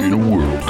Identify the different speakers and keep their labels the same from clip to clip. Speaker 1: In a world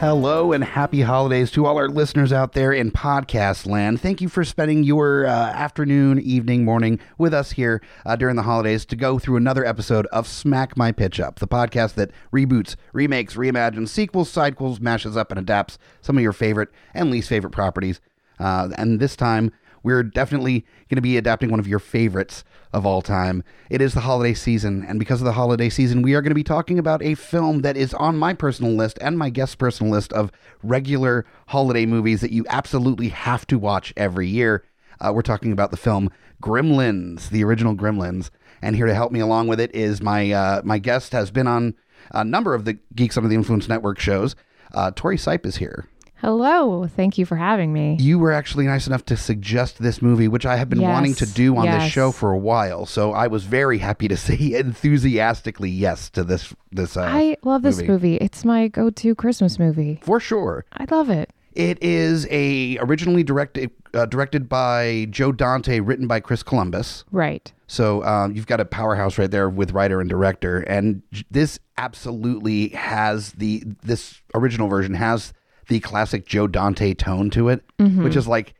Speaker 2: Hello and happy holidays to all our listeners out there in podcast land. Thank you for spending your uh, afternoon, evening, morning with us here uh, during the holidays to go through another episode of Smack My Pitch Up, the podcast that reboots, remakes, reimagines, sequels, sidequels, mashes up, and adapts some of your favorite and least favorite properties. Uh, and this time, we're definitely going to be adapting one of your favorites of all time. It is the holiday season, and because of the holiday season, we are going to be talking about a film that is on my personal list and my guest's personal list of regular holiday movies that you absolutely have to watch every year. Uh, we're talking about the film Gremlins, the original Gremlins, and here to help me along with it is my uh, my guest has been on a number of the Geeks Under the Influence Network shows. Uh, Tori Sipe is here.
Speaker 3: Hello. Thank you for having me.
Speaker 2: you were actually nice enough to suggest this movie, which I have been
Speaker 3: Yes,
Speaker 2: wanting to do on this
Speaker 3: yes.
Speaker 2: show for a while. So I was very happy to say enthusiastically yes to this this uh,
Speaker 3: I love this
Speaker 2: movie.
Speaker 3: movie. It's my go to Christmas movie.
Speaker 2: for sure.
Speaker 3: I love it.
Speaker 2: It is a originally directed uh, directed by Joe Dante, written by Chris Columbus.
Speaker 3: Right.
Speaker 2: So um, you've got a powerhouse right there with writer and director, and j- this absolutely has the this original version has the classic Joe Dante tone to it, which is like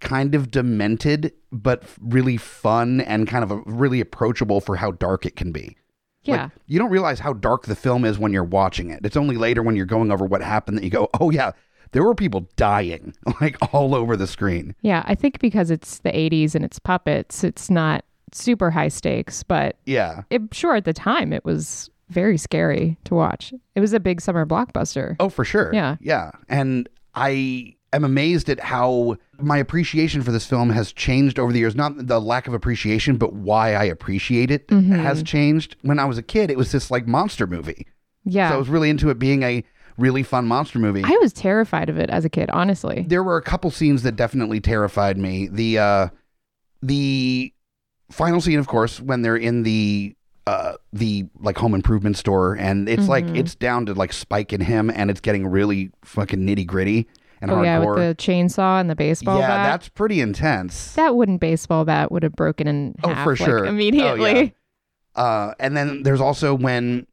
Speaker 2: kind of demented but f- really fun and kind of a, really approachable for how dark it can be.
Speaker 3: Yeah.
Speaker 2: Like, you don't realize how dark the film is when you're watching it. It's only later when you're going over what happened that you go, "Oh yeah, there were people dying like all over the screen."
Speaker 3: yeah. I think because it's the 80s and it's puppets, it's not super high stakes, but
Speaker 2: Yeah.
Speaker 3: I'm sure at the time it was very scary to watch. It was a big summer blockbuster.
Speaker 2: Oh, for sure.
Speaker 3: Yeah.
Speaker 2: Yeah. And I am amazed at how my appreciation for this film has changed over the years. Not the lack of appreciation, but why I appreciate it
Speaker 3: Mm-hmm.
Speaker 2: has changed. When I was a kid, it was this like monster movie.
Speaker 3: yeah.
Speaker 2: So I was really into it being a really fun monster movie.
Speaker 3: I was terrified of it as a kid, honestly.
Speaker 2: there were a couple scenes that definitely terrified me. The uh the final scene, of course, when they're in the uh the like home improvement store and it's like
Speaker 3: Mm-hmm.
Speaker 2: it's down to like Spike and him and it's getting really fucking nitty gritty and
Speaker 3: oh,
Speaker 2: hardcore.
Speaker 3: yeah. With the chainsaw and the baseball
Speaker 2: yeah,
Speaker 3: bat.
Speaker 2: that's pretty intense.
Speaker 3: that wooden baseball bat would have broken in
Speaker 2: Oh,
Speaker 3: half
Speaker 2: for
Speaker 3: like,
Speaker 2: sure. Oh, yeah.
Speaker 3: immediately.
Speaker 2: uh and then there's also when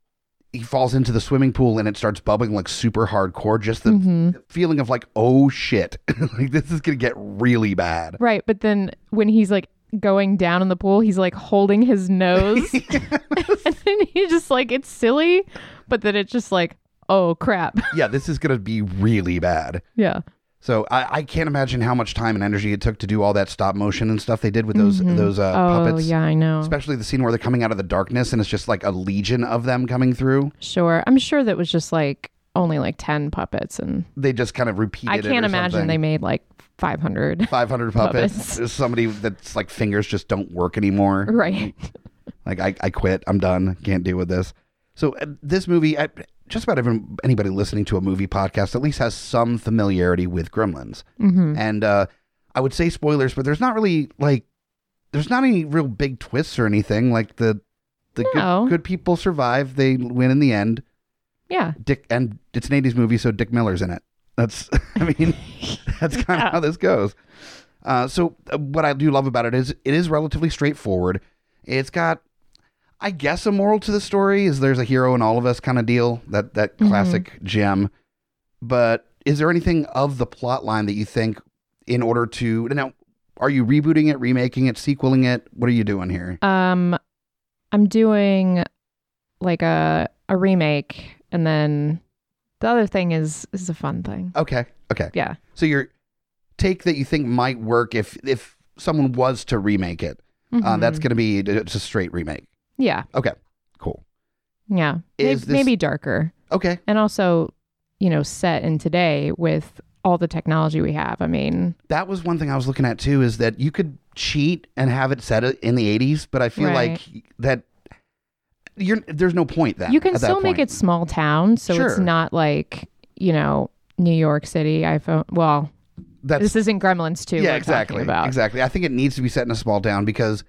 Speaker 2: he falls into the swimming pool and it starts bubbling like super hardcore, just the
Speaker 3: Mhm.
Speaker 2: feeling of like, oh shit. like this is gonna get really bad.
Speaker 3: Right, but then when he's like going down in the pool, he's like holding his nose. and then he's just like, it's silly, but then it's just like, oh crap.
Speaker 2: yeah, this is gonna be really bad.
Speaker 3: yeah.
Speaker 2: So I, I can't imagine how much time and energy it took to do all that stop motion and stuff they did with those those uh,
Speaker 3: oh,
Speaker 2: puppets.
Speaker 3: yeah, I know.
Speaker 2: Especially the scene where they're coming out of the darkness and it's just like a legion of them coming through.
Speaker 3: sure. I'm sure that was just like only like 10 puppets. And
Speaker 2: They just kind of repeated.
Speaker 3: I can't imagine they made like 500.
Speaker 2: Five hundred puppets.
Speaker 3: Puppets.
Speaker 2: There's somebody that's like fingers just don't work anymore.
Speaker 3: right.
Speaker 2: Like I, I quit. I'm done. Can't deal with this. So uh, this movie, I, just about everyone, anybody listening to a movie podcast at least has some familiarity with Gremlins.
Speaker 3: hmm
Speaker 2: and uh, I would say spoilers, but there's not really like there's not any real big twists or anything. Like the the
Speaker 3: No.
Speaker 2: good, good people survive; they win in the end.
Speaker 3: Yeah.
Speaker 2: Dick and it's an '80s movie, so Dick Miller's in it. That's I mean that's kind of
Speaker 3: Yeah.
Speaker 2: how this goes. Uh, so uh, what I do love about it is it is relatively straightforward. It's got I guess a moral to the story is there's a hero in all of us kind of deal that that
Speaker 3: Mhm.
Speaker 2: classic gem. But is there anything of the plot line that you think in order to now are you rebooting it, remaking it, sequeling it? What are you doing here?
Speaker 3: Um, I'm doing like a, a remake and then The other thing is is a fun thing.
Speaker 2: Okay. Okay.
Speaker 3: Yeah.
Speaker 2: So your take that you think might work if if someone was to remake it, uh, that's
Speaker 3: Mhm.
Speaker 2: going to be it's a straight remake.
Speaker 3: yeah,
Speaker 2: Okay. Cool.
Speaker 3: yeah. May-
Speaker 2: Is this-
Speaker 3: maybe darker,
Speaker 2: Okay.
Speaker 3: and also, you know, set in today with all the technology we have. I mean,
Speaker 2: That was one thing I was looking at too is that you could cheat and have it set in the 80s, but I feel
Speaker 3: Right.
Speaker 2: like that you're there's no point then.
Speaker 3: you can
Speaker 2: at that
Speaker 3: still make
Speaker 2: point.
Speaker 3: it small town, so
Speaker 2: Sure.
Speaker 3: it's not like you know New York City. iPhone. Well,
Speaker 2: That's
Speaker 3: this isn't Gremlins too.
Speaker 2: yeah,
Speaker 3: we're
Speaker 2: exactly.
Speaker 3: Talking about.
Speaker 2: Exactly. I think it needs to be set in a small town because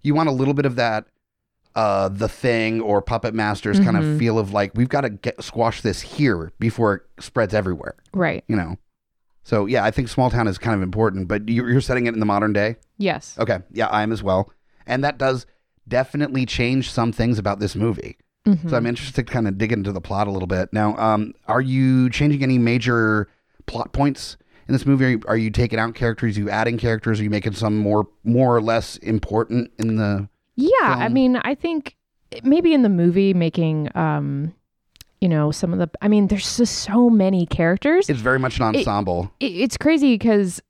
Speaker 2: you want a little bit of that uh the thing or puppet masters kind of
Speaker 3: Mhm.
Speaker 2: feel of like we've got to get squash this here before it spreads everywhere,
Speaker 3: Right.
Speaker 2: you know. So yeah, I think small town is kind of important, but you- you're setting it in the modern day.
Speaker 3: Yes.
Speaker 2: Okay, yeah, I am as well, and that does definitely change some things about this movie.
Speaker 3: Mhm.
Speaker 2: So I'm interested to kind of dig into the plot a little bit. Now, um, are you changing any major plot points in this movie? Are you, are you taking out characters? Are you adding characters? Are you making some more more or less important in the?
Speaker 3: Yeah, I
Speaker 2: film?
Speaker 3: mean, I think maybe in the movie making um you know, some of the I mean, there's just so many characters. It,
Speaker 2: It's very much an
Speaker 3: It-
Speaker 2: ensemble.
Speaker 3: it's crazy cuz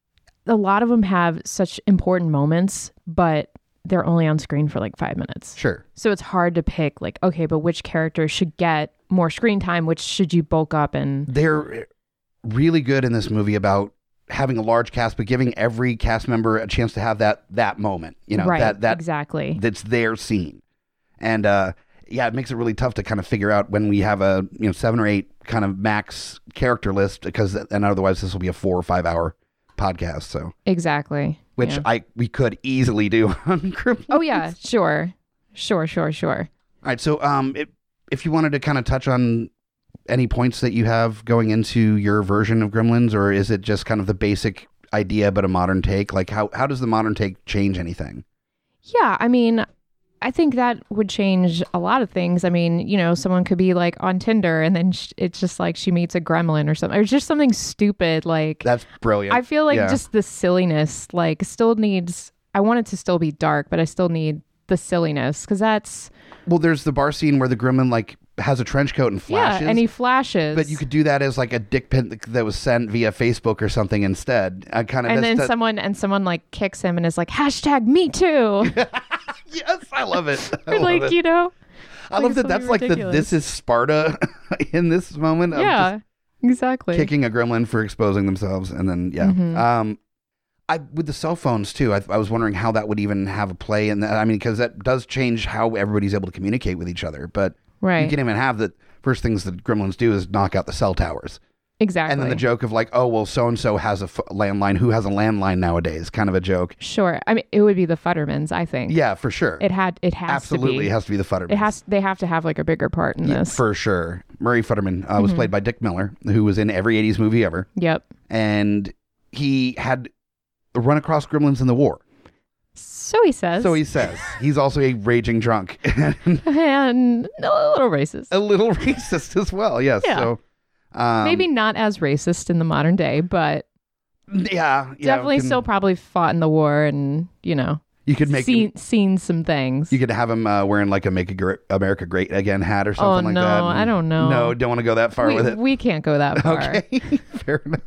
Speaker 3: a lot of them have such important moments, but they're only on screen for like 5 minutes.
Speaker 2: sure.
Speaker 3: So it's hard to pick like okay, but which character should get more screen time, which should you bulk up and
Speaker 2: they're really good in this movie about having a large cast but giving every cast member a chance to have that that moment you know
Speaker 3: right,
Speaker 2: that that
Speaker 3: exactly.
Speaker 2: that's their scene and uh yeah it makes it really tough to kind of figure out when we have a you know seven or eight kind of max character list because and otherwise this will be a four or five hour podcast so
Speaker 3: exactly.
Speaker 2: which
Speaker 3: Yeah.
Speaker 2: i we could easily do on group
Speaker 3: Oh yeah, sure. Sure, sure, sure.
Speaker 2: All right. So, um, it, if you wanted to kind of touch on any points that you have going into your version of Gremlins, or is it just kind of the basic idea but a modern take? Like, how how does the modern take change anything?
Speaker 3: Yeah, I mean, I think that would change a lot of things. I mean, you know, someone could be like on Tinder and then sh- it's just like she meets a gremlin or something, or just something stupid. Like,
Speaker 2: That's brilliant.
Speaker 3: I feel like
Speaker 2: yeah.
Speaker 3: just the silliness, like, still needs, I want it to still be dark, but I still need the silliness because that's,
Speaker 2: well, there's the bar scene where the Gremlin like has a trench coat and flashes.
Speaker 3: yeah, and he flashes.
Speaker 2: but you could do that as like a dick pin that was sent via Facebook or something instead. I kind of
Speaker 3: and
Speaker 2: that's-
Speaker 3: then
Speaker 2: that-
Speaker 3: someone and someone like kicks him and is like hashtag me too
Speaker 2: Yes, I love it. I love
Speaker 3: like
Speaker 2: it.
Speaker 3: you know
Speaker 2: I love
Speaker 3: it's
Speaker 2: that.
Speaker 3: something
Speaker 2: That's like the
Speaker 3: ridiculous.
Speaker 2: this is Sparta in this moment. of just
Speaker 3: yeah exactly
Speaker 2: kicking a gremlin for exposing themselves and then yeah
Speaker 3: Mhm.
Speaker 2: um i with the cell phones too I, I was wondering how that would even have a play in that i mean because that does change how everybody's able to communicate with each other but you
Speaker 3: right
Speaker 2: can't even have the first things that gremlins do is knock out the cell towers
Speaker 3: exactly
Speaker 2: and then the joke of like oh well so and so has a f- landline who has a landline nowadays kind of a joke
Speaker 3: Sure. I mean, it would be the Futtermans, I think.
Speaker 2: yeah for sure
Speaker 3: It had. It has
Speaker 2: absolutely
Speaker 3: to be.
Speaker 2: it has to be the futterman
Speaker 3: It has. They have to have like a bigger part in this. Mm-hmm.
Speaker 2: for sure murray futterman uh, was played by dick miller who was in every 80s movie ever
Speaker 3: yep.
Speaker 2: and he had run across gremlins in the war.
Speaker 3: So he says.
Speaker 2: So he says he's also a raging drunk and
Speaker 3: and a little racist.
Speaker 2: a little racist as well. Yes.
Speaker 3: Yeah.
Speaker 2: So Oh, um,
Speaker 3: Maybe not as racist in the modern day, but
Speaker 2: yeah, yeah,
Speaker 3: definitely
Speaker 2: you can-
Speaker 3: still probably fought in the war and you know
Speaker 2: You could make him,
Speaker 3: seen seen some things.
Speaker 2: you could have him uh, wearing like a "Make Gr- America Great Again" hat or something like
Speaker 3: Oh, no,
Speaker 2: that.
Speaker 3: I don't know.
Speaker 2: No, don't want to go that far
Speaker 3: we,
Speaker 2: with it.
Speaker 3: we can't go that far.
Speaker 2: Okay, fair enough.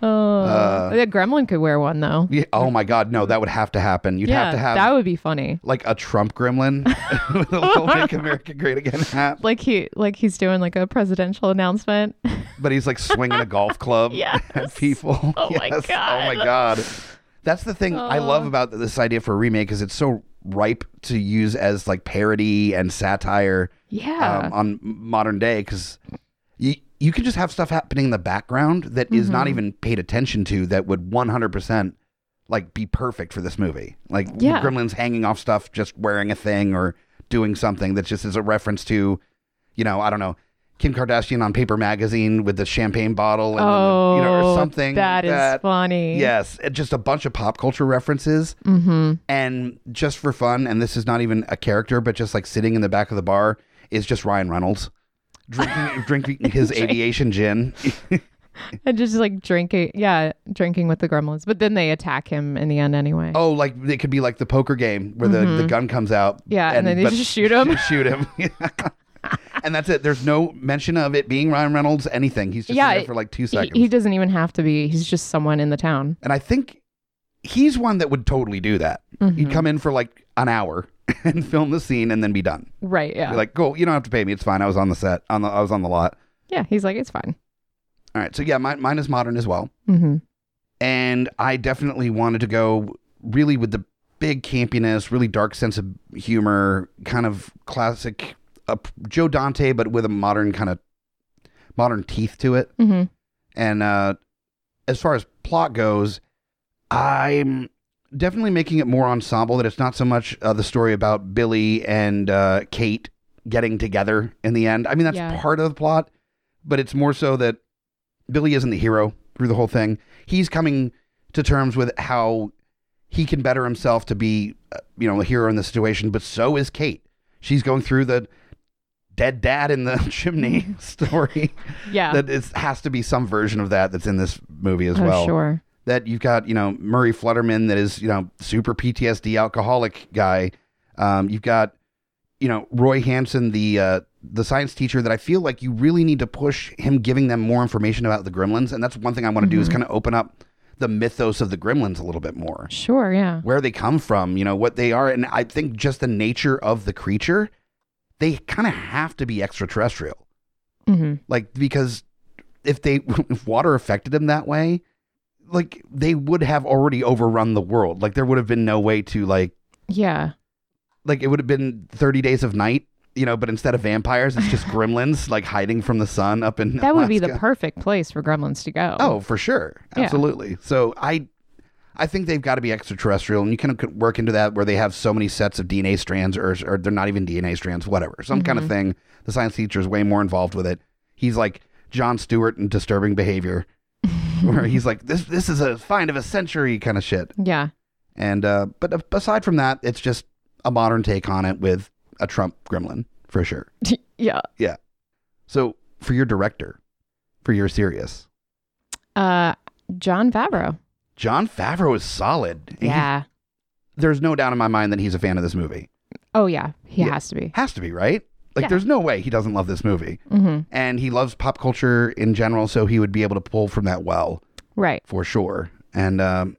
Speaker 3: Oh,
Speaker 2: Uh,
Speaker 3: the Gremlin could wear one though.
Speaker 2: Yeah, oh my God, no, that would have to happen. You'd
Speaker 3: yeah,
Speaker 2: have to have
Speaker 3: that would be funny.
Speaker 2: like a Trump gremlin with a little "Make America Great Again" hat,
Speaker 3: Like he, like he's doing like a presidential announcement.
Speaker 2: but he's like swinging a golf club.
Speaker 3: yes.
Speaker 2: at people.
Speaker 3: Oh my
Speaker 2: Yes.
Speaker 3: God.
Speaker 2: Oh my god. That's the thing I love
Speaker 3: Oh.
Speaker 2: about this idea for a remake is it's so ripe to use as like parody and satire
Speaker 3: Yeah.
Speaker 2: um, on modern day because you you can just have stuff happening in the background that is not
Speaker 3: Mm-hmm.
Speaker 2: even paid attention to that would 100 percent like be perfect for this movie. Like
Speaker 3: Yeah.
Speaker 2: Gremlins hanging off stuff, just wearing a thing or doing something that just is a reference to, you know, I don't know, Kim Kardashian on Paper Magazine with the champagne bottle and
Speaker 3: oh,
Speaker 2: you know, or something.
Speaker 3: That
Speaker 2: like
Speaker 3: is funny.
Speaker 2: Yes, it- just a bunch of pop culture references
Speaker 3: Mm-hmm.
Speaker 2: and just for fun. And this is not even a character, but just like sitting in the back of the bar is just Ryan Reynolds drinking drinking his aviation gin.
Speaker 3: And just like drinking, yeah, drinking with the gremlins. But then they attack him in the end anyway.
Speaker 2: Oh, like it could be like the poker game where the, the gun comes out.
Speaker 3: Mm-hmm. Yeah, and then they
Speaker 2: but
Speaker 3: just shoot him.
Speaker 2: Shoot him. Yeah. and that's it. There's no mention of it being Ryan Reynolds, anything. He's just
Speaker 3: Yeah,
Speaker 2: in there for like two
Speaker 3: He,
Speaker 2: seconds.
Speaker 3: he doesn't even have to be. He's just someone in the town.
Speaker 2: and I think he's one that would totally do that.
Speaker 3: Mm-hmm.
Speaker 2: He'd come in for like an hour and film the scene and then be done.
Speaker 3: Right. Yeah.
Speaker 2: Be like, cool, you don't have to pay me. It's fine. I was on the set. On the I was on the lot.
Speaker 3: yeah. He's like, it's fine.
Speaker 2: All right. So yeah, mine, mine is modern as well.
Speaker 3: Mm-hmm.
Speaker 2: And I definitely wanted to go really with the big campiness, really dark sense of humor, kind of classic uh, Joe Dante, but with a modern kind of modern teeth to it.
Speaker 3: Mm-hmm.
Speaker 2: And uh, as far as plot goes, I'm definitely making it more ensemble. That it's not so much uh, the story about Billy and uh, Kate getting together in the end. I mean, that's
Speaker 3: Yeah.
Speaker 2: part of the plot, but it's more so that Billy isn't the hero through the whole thing. He's coming to terms with how he can better himself to be, uh, you know, a hero in the situation. But so is Kate. She's going through the dead dad in the chimney story
Speaker 3: Yeah.
Speaker 2: that it has to be some version of that that's in this movie as
Speaker 3: oh,
Speaker 2: well.
Speaker 3: sure.
Speaker 2: That you've got, you know, Murray Flutterman that is, you know, super PTSD alcoholic guy. Um, you've got, you know, Roy Hansen, the uh, the science teacher that I feel like you really need to push him giving them more information about the gremlins. And that's one thing I want to do is
Speaker 3: Mm-hmm.
Speaker 2: kind of open up the mythos of the gremlins a little bit more.
Speaker 3: Sure. Yeah.
Speaker 2: Where they come from, you know, what they are. And I think just the nature of the creature, they kind of have to be extraterrestrial
Speaker 3: Mm-hmm.
Speaker 2: like because if they if water affected them that way like they would have already overrun the world like there would have been no way to like
Speaker 3: Yeah.
Speaker 2: like it would have been 30 days of night you know but instead of vampires it's just gremlins like hiding from the sun up in
Speaker 3: That would be the
Speaker 2: Alaska.
Speaker 3: perfect place for gremlins to go.
Speaker 2: oh for sure
Speaker 3: Yeah.
Speaker 2: absolutely so i i think they've got to be extraterrestrial and you kind of could work into that where they have so many sets of dna strands or, or they're not even dna strands whatever some kind of
Speaker 3: Mm-hmm.
Speaker 2: thing the science teacher is way more involved with it he's like john stewart and disturbing behavior where he's like this this is a find of a century kind of shit
Speaker 3: Yeah.
Speaker 2: and uh but a- aside from that it's just a modern take on it with a trump gremlin for sure
Speaker 3: yeah.
Speaker 2: so for your director for your serious
Speaker 3: Uh, John Favreau.
Speaker 2: John Favreau is solid. He-
Speaker 3: Yeah.
Speaker 2: there's no doubt in my mind that he's a fan of this movie.
Speaker 3: Oh yeah. He
Speaker 2: Yeah.
Speaker 3: has to be.
Speaker 2: Has to be, right? Like,
Speaker 3: Yeah.
Speaker 2: there's no way he doesn't love this movie.
Speaker 3: Mm-hmm.
Speaker 2: And he loves pop culture in general, so he would be able to pull from that well
Speaker 3: Right.
Speaker 2: for sure. And um,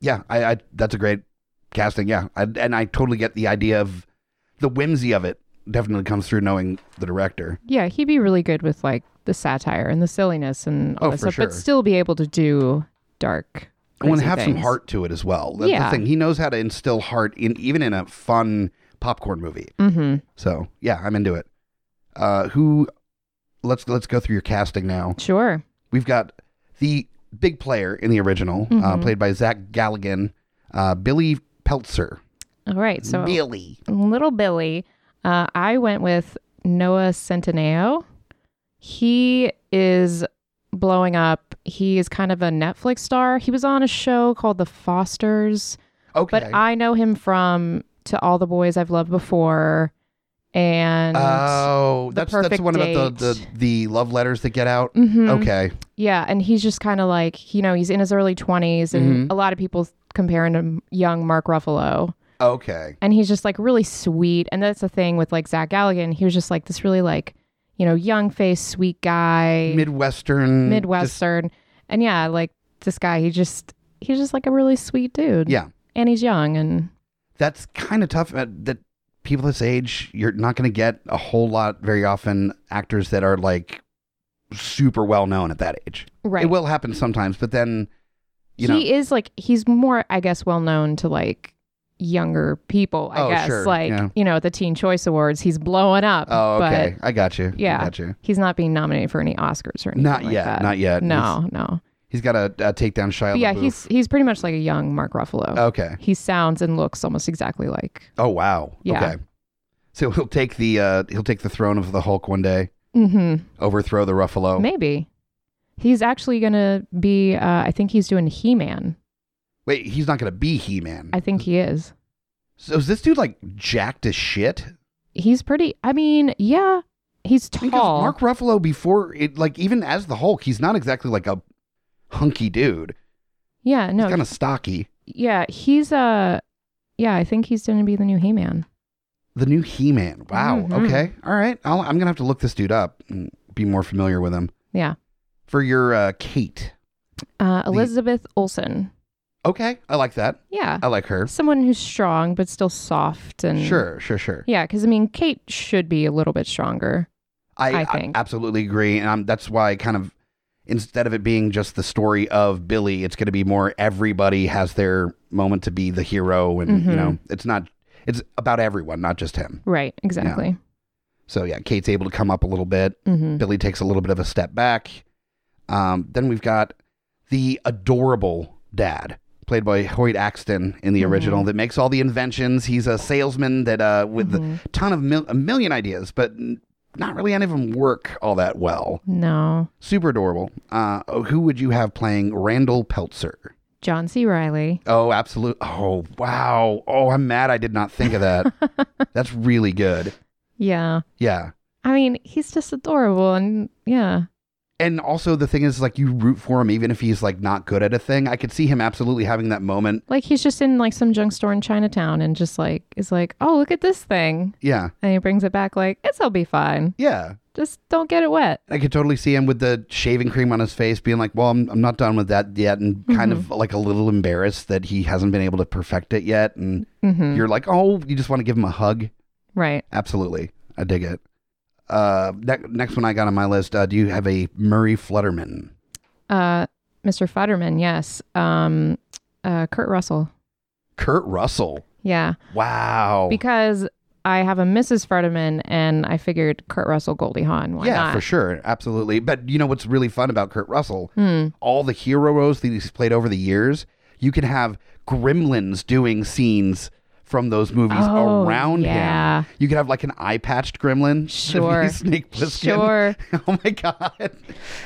Speaker 2: yeah, I, I that's a great casting. Yeah, I, and I totally get the idea of the whimsy of it. Definitely comes through knowing the director.
Speaker 3: Yeah, he'd be really good with like the satire and the silliness and all
Speaker 2: Oh,
Speaker 3: that
Speaker 2: for
Speaker 3: stuff,
Speaker 2: sure.
Speaker 3: but still be able to do dark.
Speaker 2: I want to
Speaker 3: crazy
Speaker 2: have some
Speaker 3: things.
Speaker 2: heart to it as well. That's
Speaker 3: Yeah.
Speaker 2: the thing. He knows how to instill heart in even in a fun popcorn movie.
Speaker 3: Mm-hmm.
Speaker 2: So yeah, I'm into it. Uh, who? Let's let's go through your casting now.
Speaker 3: Sure.
Speaker 2: We've got the big player in the original, uh,
Speaker 3: Mhm.
Speaker 2: played by Zach Galligan, uh, Billy Peltzer.
Speaker 3: All right. So
Speaker 2: Billy.
Speaker 3: little Billy, uh, I went with Noah Centineo. He is blowing up. He is kind of a Netflix star. He was on a show called The Fosters.
Speaker 2: Okay.
Speaker 3: but I know him from To All the Boys I've Loved Before, and
Speaker 2: oh,
Speaker 3: The
Speaker 2: that's that's
Speaker 3: Perfect
Speaker 2: the one about the,
Speaker 3: Date.
Speaker 2: the the love letters that get out.
Speaker 3: Mhm.
Speaker 2: Okay.
Speaker 3: yeah, and he's just kind of like you know he's in his early twenties, and
Speaker 2: Mm-hmm.
Speaker 3: a lot of people comparing him young Mark Ruffalo,
Speaker 2: Okay.
Speaker 3: and he's just like really sweet, and that's the thing with like Zach Galligan, he was just like this really like you know young face sweet guy,
Speaker 2: Midwestern. mm, just-
Speaker 3: Midwestern, and yeah, like this guy, he just he's just like a really sweet dude,
Speaker 2: yeah,
Speaker 3: and he's young, and
Speaker 2: that's kind of tough. uh, That people this age, you're not going to get a whole lot very often. Actors that are like super well known at that age.
Speaker 3: right,
Speaker 2: It will happen sometimes, but then you know
Speaker 3: he is like he's more i guess well known to like younger people i
Speaker 2: Oh,
Speaker 3: guess
Speaker 2: sure,
Speaker 3: like
Speaker 2: yeah.
Speaker 3: you know at the teen choice awards he's blowing up
Speaker 2: Oh,
Speaker 3: but
Speaker 2: okay. I got you. I
Speaker 3: Yeah.
Speaker 2: got you.
Speaker 3: he's not being nominated for any oscars or anything
Speaker 2: Not
Speaker 3: like
Speaker 2: yet.
Speaker 3: that.
Speaker 2: Not yet. He's-
Speaker 3: no no
Speaker 2: he's got a, a takedown Shia
Speaker 3: but yeah
Speaker 2: LaBeouf.
Speaker 3: he's he's pretty much like a young mark ruffalo
Speaker 2: okay.
Speaker 3: he sounds and looks almost exactly like
Speaker 2: Oh wow.
Speaker 3: Yeah.
Speaker 2: Okay. So he'll take the uh, he'll take the throne of the Hulk one day,
Speaker 3: mm-hmm
Speaker 2: overthrow the Ruffalo.
Speaker 3: maybe he's actually gonna be uh, i think he's doing he-man
Speaker 2: Wait, he's not gonna be He Man.
Speaker 3: i think he is
Speaker 2: So is this dude like jacked as shit?
Speaker 3: he's pretty i mean yeah he's
Speaker 2: Because
Speaker 3: tall
Speaker 2: Mark Ruffalo before it like even as the Hulk, he's not exactly like a hunky dude.
Speaker 3: yeah no
Speaker 2: he's kind of stocky.
Speaker 3: Yeah, he's uh yeah, I think he's going to be the new He-Man.
Speaker 2: The new He Man. Wow.
Speaker 3: Mhm.
Speaker 2: Okay. All right. I'll, I'm going to have to look this dude up and be more familiar with him.
Speaker 3: Yeah.
Speaker 2: For your uh, Kate.
Speaker 3: Uh, Elizabeth Olsen.
Speaker 2: Okay. I like that.
Speaker 3: Yeah.
Speaker 2: I like her.
Speaker 3: Someone who's strong but still soft and
Speaker 2: Uh, Sure. Sure. Sure.
Speaker 3: Yeah, because I mean, Kate should be a little bit stronger.
Speaker 2: I,
Speaker 3: I
Speaker 2: I
Speaker 3: think.
Speaker 2: absolutely agree. And I'm, that's why I kind of, instead of it being just the story of Billy, it's going to be more everybody has their moment to be the hero. And, you
Speaker 3: Mhm.
Speaker 2: know, it's not, it's about everyone, not just him.
Speaker 3: Right. Exactly.
Speaker 2: So, yeah, Kate's able to come up a little bit.
Speaker 3: hmm
Speaker 2: Billy takes a little bit of a step back. Um, then we've got the adorable dad, played by Hoyt Axton in the original, that makes all the inventions. He's a salesman that uh, with
Speaker 3: Mhm.
Speaker 2: a ton of mil- a million ideas, but n- not really any of them work all that well.
Speaker 3: No.
Speaker 2: Super adorable. Uh, who would you have playing Randall Peltzer?
Speaker 3: John C. Riley.
Speaker 2: Oh, absolute. Oh, wow. Oh, I'm mad I did not think of that. That's really good.
Speaker 3: Yeah.
Speaker 2: Yeah.
Speaker 3: I mean, he's just adorable and yeah.
Speaker 2: and also the thing is like you root for him even if he's like not good at a thing i could see him absolutely having that moment
Speaker 3: Like he's just in like some junk store in Chinatown and just like is like, "Oh, look at this thing."
Speaker 2: yeah
Speaker 3: And he brings it back like, "It'll be fine.
Speaker 2: yeah
Speaker 3: Just don't get it wet."
Speaker 2: i could totally see him with the shaving cream on his face being like well i'm, I'm not done with that yet and kind
Speaker 3: Mm-hmm.
Speaker 2: of like a little embarrassed that he hasn't been able to perfect it yet and
Speaker 3: Mhm.
Speaker 2: you're like oh you just want to give him a hug
Speaker 3: Right.
Speaker 2: absolutely i dig it uh ne- next one i got on my list uh, do you have a murray flutterman
Speaker 3: Uh Mr. Futterman, yes. Um uh Kurt Russell.
Speaker 2: kurt russell
Speaker 3: Yeah.
Speaker 2: wow
Speaker 3: Because I have a Mrs. Futterman and I figured Kurt Russell, Goldie Hawn. Why
Speaker 2: yeah
Speaker 3: not?
Speaker 2: for sure absolutely but you know what's really fun about kurt russell
Speaker 3: Hmm.
Speaker 2: all the hero roles that he's played over the years, you can have gremlins doing scenes from those movies
Speaker 3: Oh,
Speaker 2: around
Speaker 3: yeah.
Speaker 2: him. You could have like an eye patched gremlin. to be
Speaker 3: Sure.
Speaker 2: Snake Plissken.
Speaker 3: Sure.
Speaker 2: oh my God.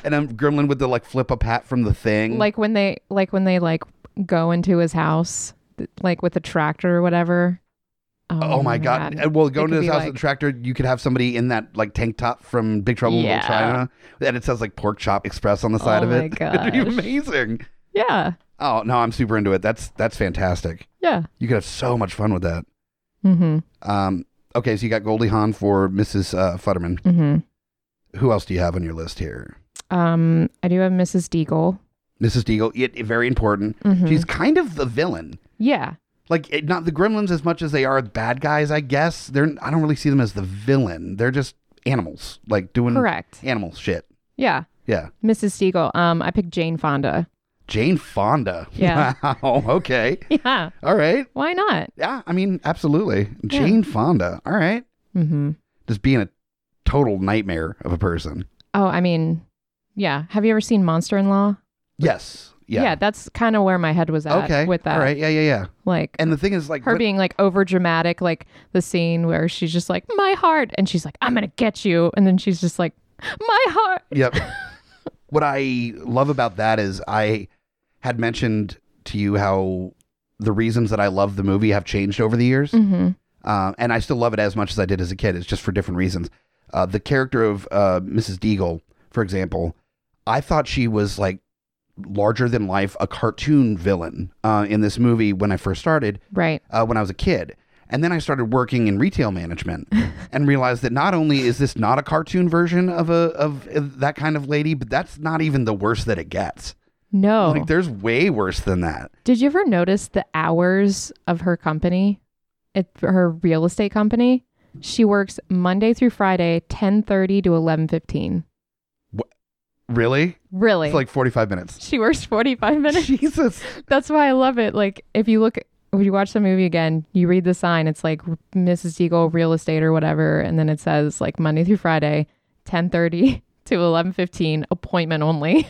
Speaker 2: And a gremlin with the like flip a pat from the thing.
Speaker 3: like when they like when they like go into his house th- like with a tractor or whatever
Speaker 2: Oh my god! And Well, going
Speaker 3: could
Speaker 2: to his
Speaker 3: be
Speaker 2: house
Speaker 3: like-
Speaker 2: with the tractor, you could have somebody in that like tank top from Big Trouble in Little
Speaker 3: Yeah.
Speaker 2: China, and it says like Pork Chop Express on the side
Speaker 3: Oh
Speaker 2: of
Speaker 3: my
Speaker 2: it. It'd be
Speaker 3: gosh.
Speaker 2: amazing.
Speaker 3: yeah
Speaker 2: Oh no, I'm super into it. That's that's fantastic.
Speaker 3: yeah
Speaker 2: You could have so much fun with that.
Speaker 3: mm-hmm
Speaker 2: Um, okay, so you got Goldie Hawn for Mrs. Uh, Futterman.
Speaker 3: mm-hmm
Speaker 2: Who else do you have on your list here?
Speaker 3: um i do have mrs deagle
Speaker 2: Mrs. Deagle, it, it- very important.
Speaker 3: Mhm.
Speaker 2: She's kind of the villain.
Speaker 3: yeah
Speaker 2: Like it, not the Gremlins as much as they are bad guys, I guess. They're I don't really see them as the villain. They're just animals, like doing
Speaker 3: correct
Speaker 2: animal shit.
Speaker 3: yeah
Speaker 2: Yeah.
Speaker 3: mrs deagle um i picked jane fonda
Speaker 2: Jane Fonda.
Speaker 3: Yeah.
Speaker 2: Wow. Okay.
Speaker 3: yeah
Speaker 2: All right.
Speaker 3: why not
Speaker 2: Yeah. I mean, absolutely. Jane Fonda. All right.
Speaker 3: mm-hmm
Speaker 2: Just being a total nightmare of a person.
Speaker 3: oh i mean yeah have you ever seen monster in law
Speaker 2: Yes. Yeah.
Speaker 3: that's kind of where my head was at
Speaker 2: okay.
Speaker 3: with that
Speaker 2: All right. Yeah. Yeah. Yeah.
Speaker 3: like
Speaker 2: And the thing is, like,
Speaker 3: her
Speaker 2: what-
Speaker 3: being like over dramatic, like the scene where she's just like, my heart. And she's like, I'm going to get you. And then she's just like, my heart.
Speaker 2: Yep. what I love about that is I had mentioned to you how the reasons that I love the movie have changed over the years,
Speaker 3: Mm-hmm.
Speaker 2: Uh, and I still love it as much as I did as a kid. It's just for different reasons. Uh, the character of uh, Mrs. Deagle, for example, I thought she was like larger than life, a cartoon villain uh, in this movie when I first started
Speaker 3: Right.
Speaker 2: uh, when I was a kid. And then I started working in retail management and realized that not only is this not a cartoon version of a of uh, that kind of lady, but that's not even the worst that it gets.
Speaker 3: No.
Speaker 2: Like there's way worse than that.
Speaker 3: Did you ever notice the hours of her company, at her real estate company? She works Monday through Friday, 1030 to 1115.
Speaker 2: Really?
Speaker 3: Really?
Speaker 2: It's like 45 minutes.
Speaker 3: she works 45 minutes.
Speaker 2: Jesus.
Speaker 3: That's why I love it. Like if you look, if you watch the movie again, you read the sign. It's like Mrs. Deagle Real Estate or whatever, and then it says like Monday through Friday, ten thirty to eleven fifteen, appointment only.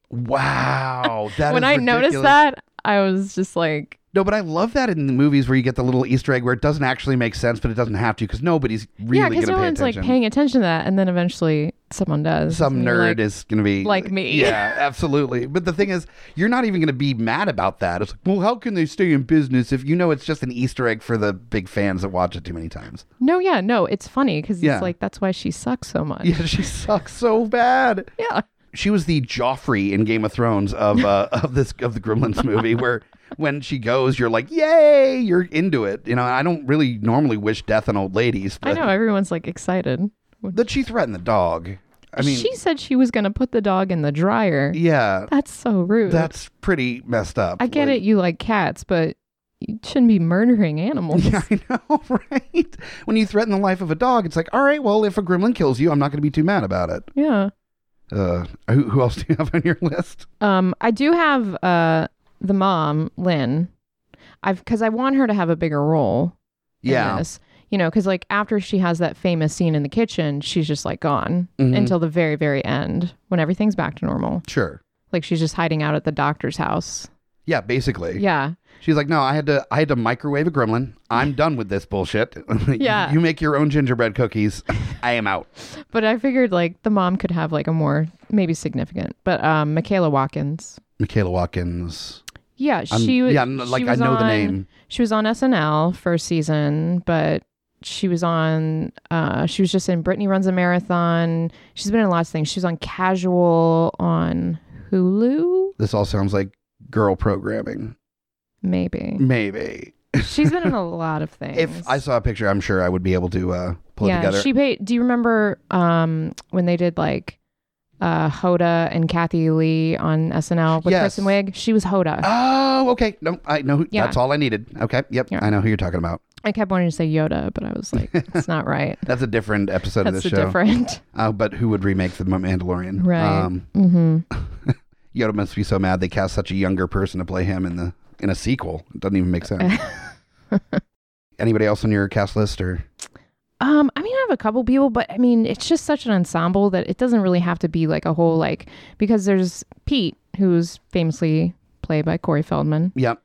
Speaker 2: Wow. That
Speaker 3: when
Speaker 2: is
Speaker 3: I noticed
Speaker 2: ridiculous.
Speaker 3: that, I was just like,
Speaker 2: No, but I love that in the movies where you get the little Easter egg where it doesn't actually make sense, but it doesn't have to because nobody's really
Speaker 3: yeah,
Speaker 2: going
Speaker 3: because
Speaker 2: to
Speaker 3: no
Speaker 2: pay
Speaker 3: one's
Speaker 2: attention.
Speaker 3: like paying attention to that, and then eventually someone does.
Speaker 2: some
Speaker 3: And you're
Speaker 2: nerd
Speaker 3: like,
Speaker 2: is going to be
Speaker 3: like me.
Speaker 2: Yeah, absolutely. But the thing is, you're not even going to be mad about that. It's like, well, how can they stay in business if you know it's just an Easter egg for the big fans that watch it too many times?
Speaker 3: no, yeah, no, it's funny because
Speaker 2: Yeah.
Speaker 3: it's like that's why she sucks so much.
Speaker 2: Yeah, she sucks so bad.
Speaker 3: yeah.
Speaker 2: She was the Joffrey in Game of Thrones of uh, of this of the Gremlins movie, where when she goes, you're like, yay, you're into it. You know, I don't really normally wish death on old ladies,
Speaker 3: I
Speaker 2: but
Speaker 3: know everyone's like excited.
Speaker 2: that she threatened the dog. I mean,
Speaker 3: she said she was going to put the dog in the dryer.
Speaker 2: yeah,
Speaker 3: That's so rude.
Speaker 2: that's pretty messed up.
Speaker 3: I get
Speaker 2: Like-
Speaker 3: it. You like cats, but you shouldn't be murdering animals.
Speaker 2: Yeah, I know, right? When you threaten the life of a dog, it's like, all right, well, if a gremlin kills you, I'm not going to be too mad about it.
Speaker 3: yeah.
Speaker 2: Uh, who, who else do you have on your list?
Speaker 3: Um, I do have uh the mom, Lynn. I've because I want her to have a bigger role. in
Speaker 2: Yeah,
Speaker 3: this. You know, because like after she has that famous scene in the kitchen, she's just like gone
Speaker 2: Mhm.
Speaker 3: until the very, very end when everything's back to normal.
Speaker 2: sure.
Speaker 3: Like she's just hiding out at the doctor's house.
Speaker 2: Yeah, basically.
Speaker 3: Yeah.
Speaker 2: She's like, no, I had to, I had to microwave a gremlin. I'm done with this bullshit.
Speaker 3: Yeah.
Speaker 2: you make your own gingerbread cookies. I am out.
Speaker 3: But I figured like the mom could have like a more maybe significant. But um Michaela Watkins.
Speaker 2: Michaela Watkins.
Speaker 3: Yeah,
Speaker 2: I'm-
Speaker 3: she was
Speaker 2: yeah, n- like
Speaker 3: she
Speaker 2: I
Speaker 3: was
Speaker 2: know the
Speaker 3: on-
Speaker 2: name.
Speaker 3: She was on SNL first season, but she was on uh she was just in Brittany Runs a Marathon. She's been in lots of things. She was on Casual on Hulu,
Speaker 2: This all sounds like girl programming.
Speaker 3: maybe.
Speaker 2: Maybe
Speaker 3: She's been in a lot of things.
Speaker 2: Mm. if I saw a picture, I'm sure I would be able to uh, pull
Speaker 3: yeah,
Speaker 2: it together.
Speaker 3: she paid. Do you remember um, when they did like uh, Hoda and Kathy Lee on SNL with
Speaker 2: Yes.
Speaker 3: Kristen Wiig? She was Hoda.
Speaker 2: Oh, okay. No, I know. Who,
Speaker 3: Yeah.
Speaker 2: That's all I needed. Okay. Yep.
Speaker 3: Yeah.
Speaker 2: I know who you're talking about.
Speaker 3: I kept wanting to say Yoda, but I was like, it's not right.
Speaker 2: That's a different episode of
Speaker 3: That's
Speaker 2: this
Speaker 3: a
Speaker 2: show.
Speaker 3: different.
Speaker 2: Uh, but who would remake the Mandalorian?
Speaker 3: Right. hmm
Speaker 2: Yoda must be so mad they cast such a younger person to play him in the in a sequel. It doesn't even make sense. Anybody else on your cast list or
Speaker 3: Um, I mean, I have a couple people, but I mean, it's just such an ensemble that it doesn't really have to be like a whole like because there's Pete, who's famously played by Corey Feldman,
Speaker 2: yep.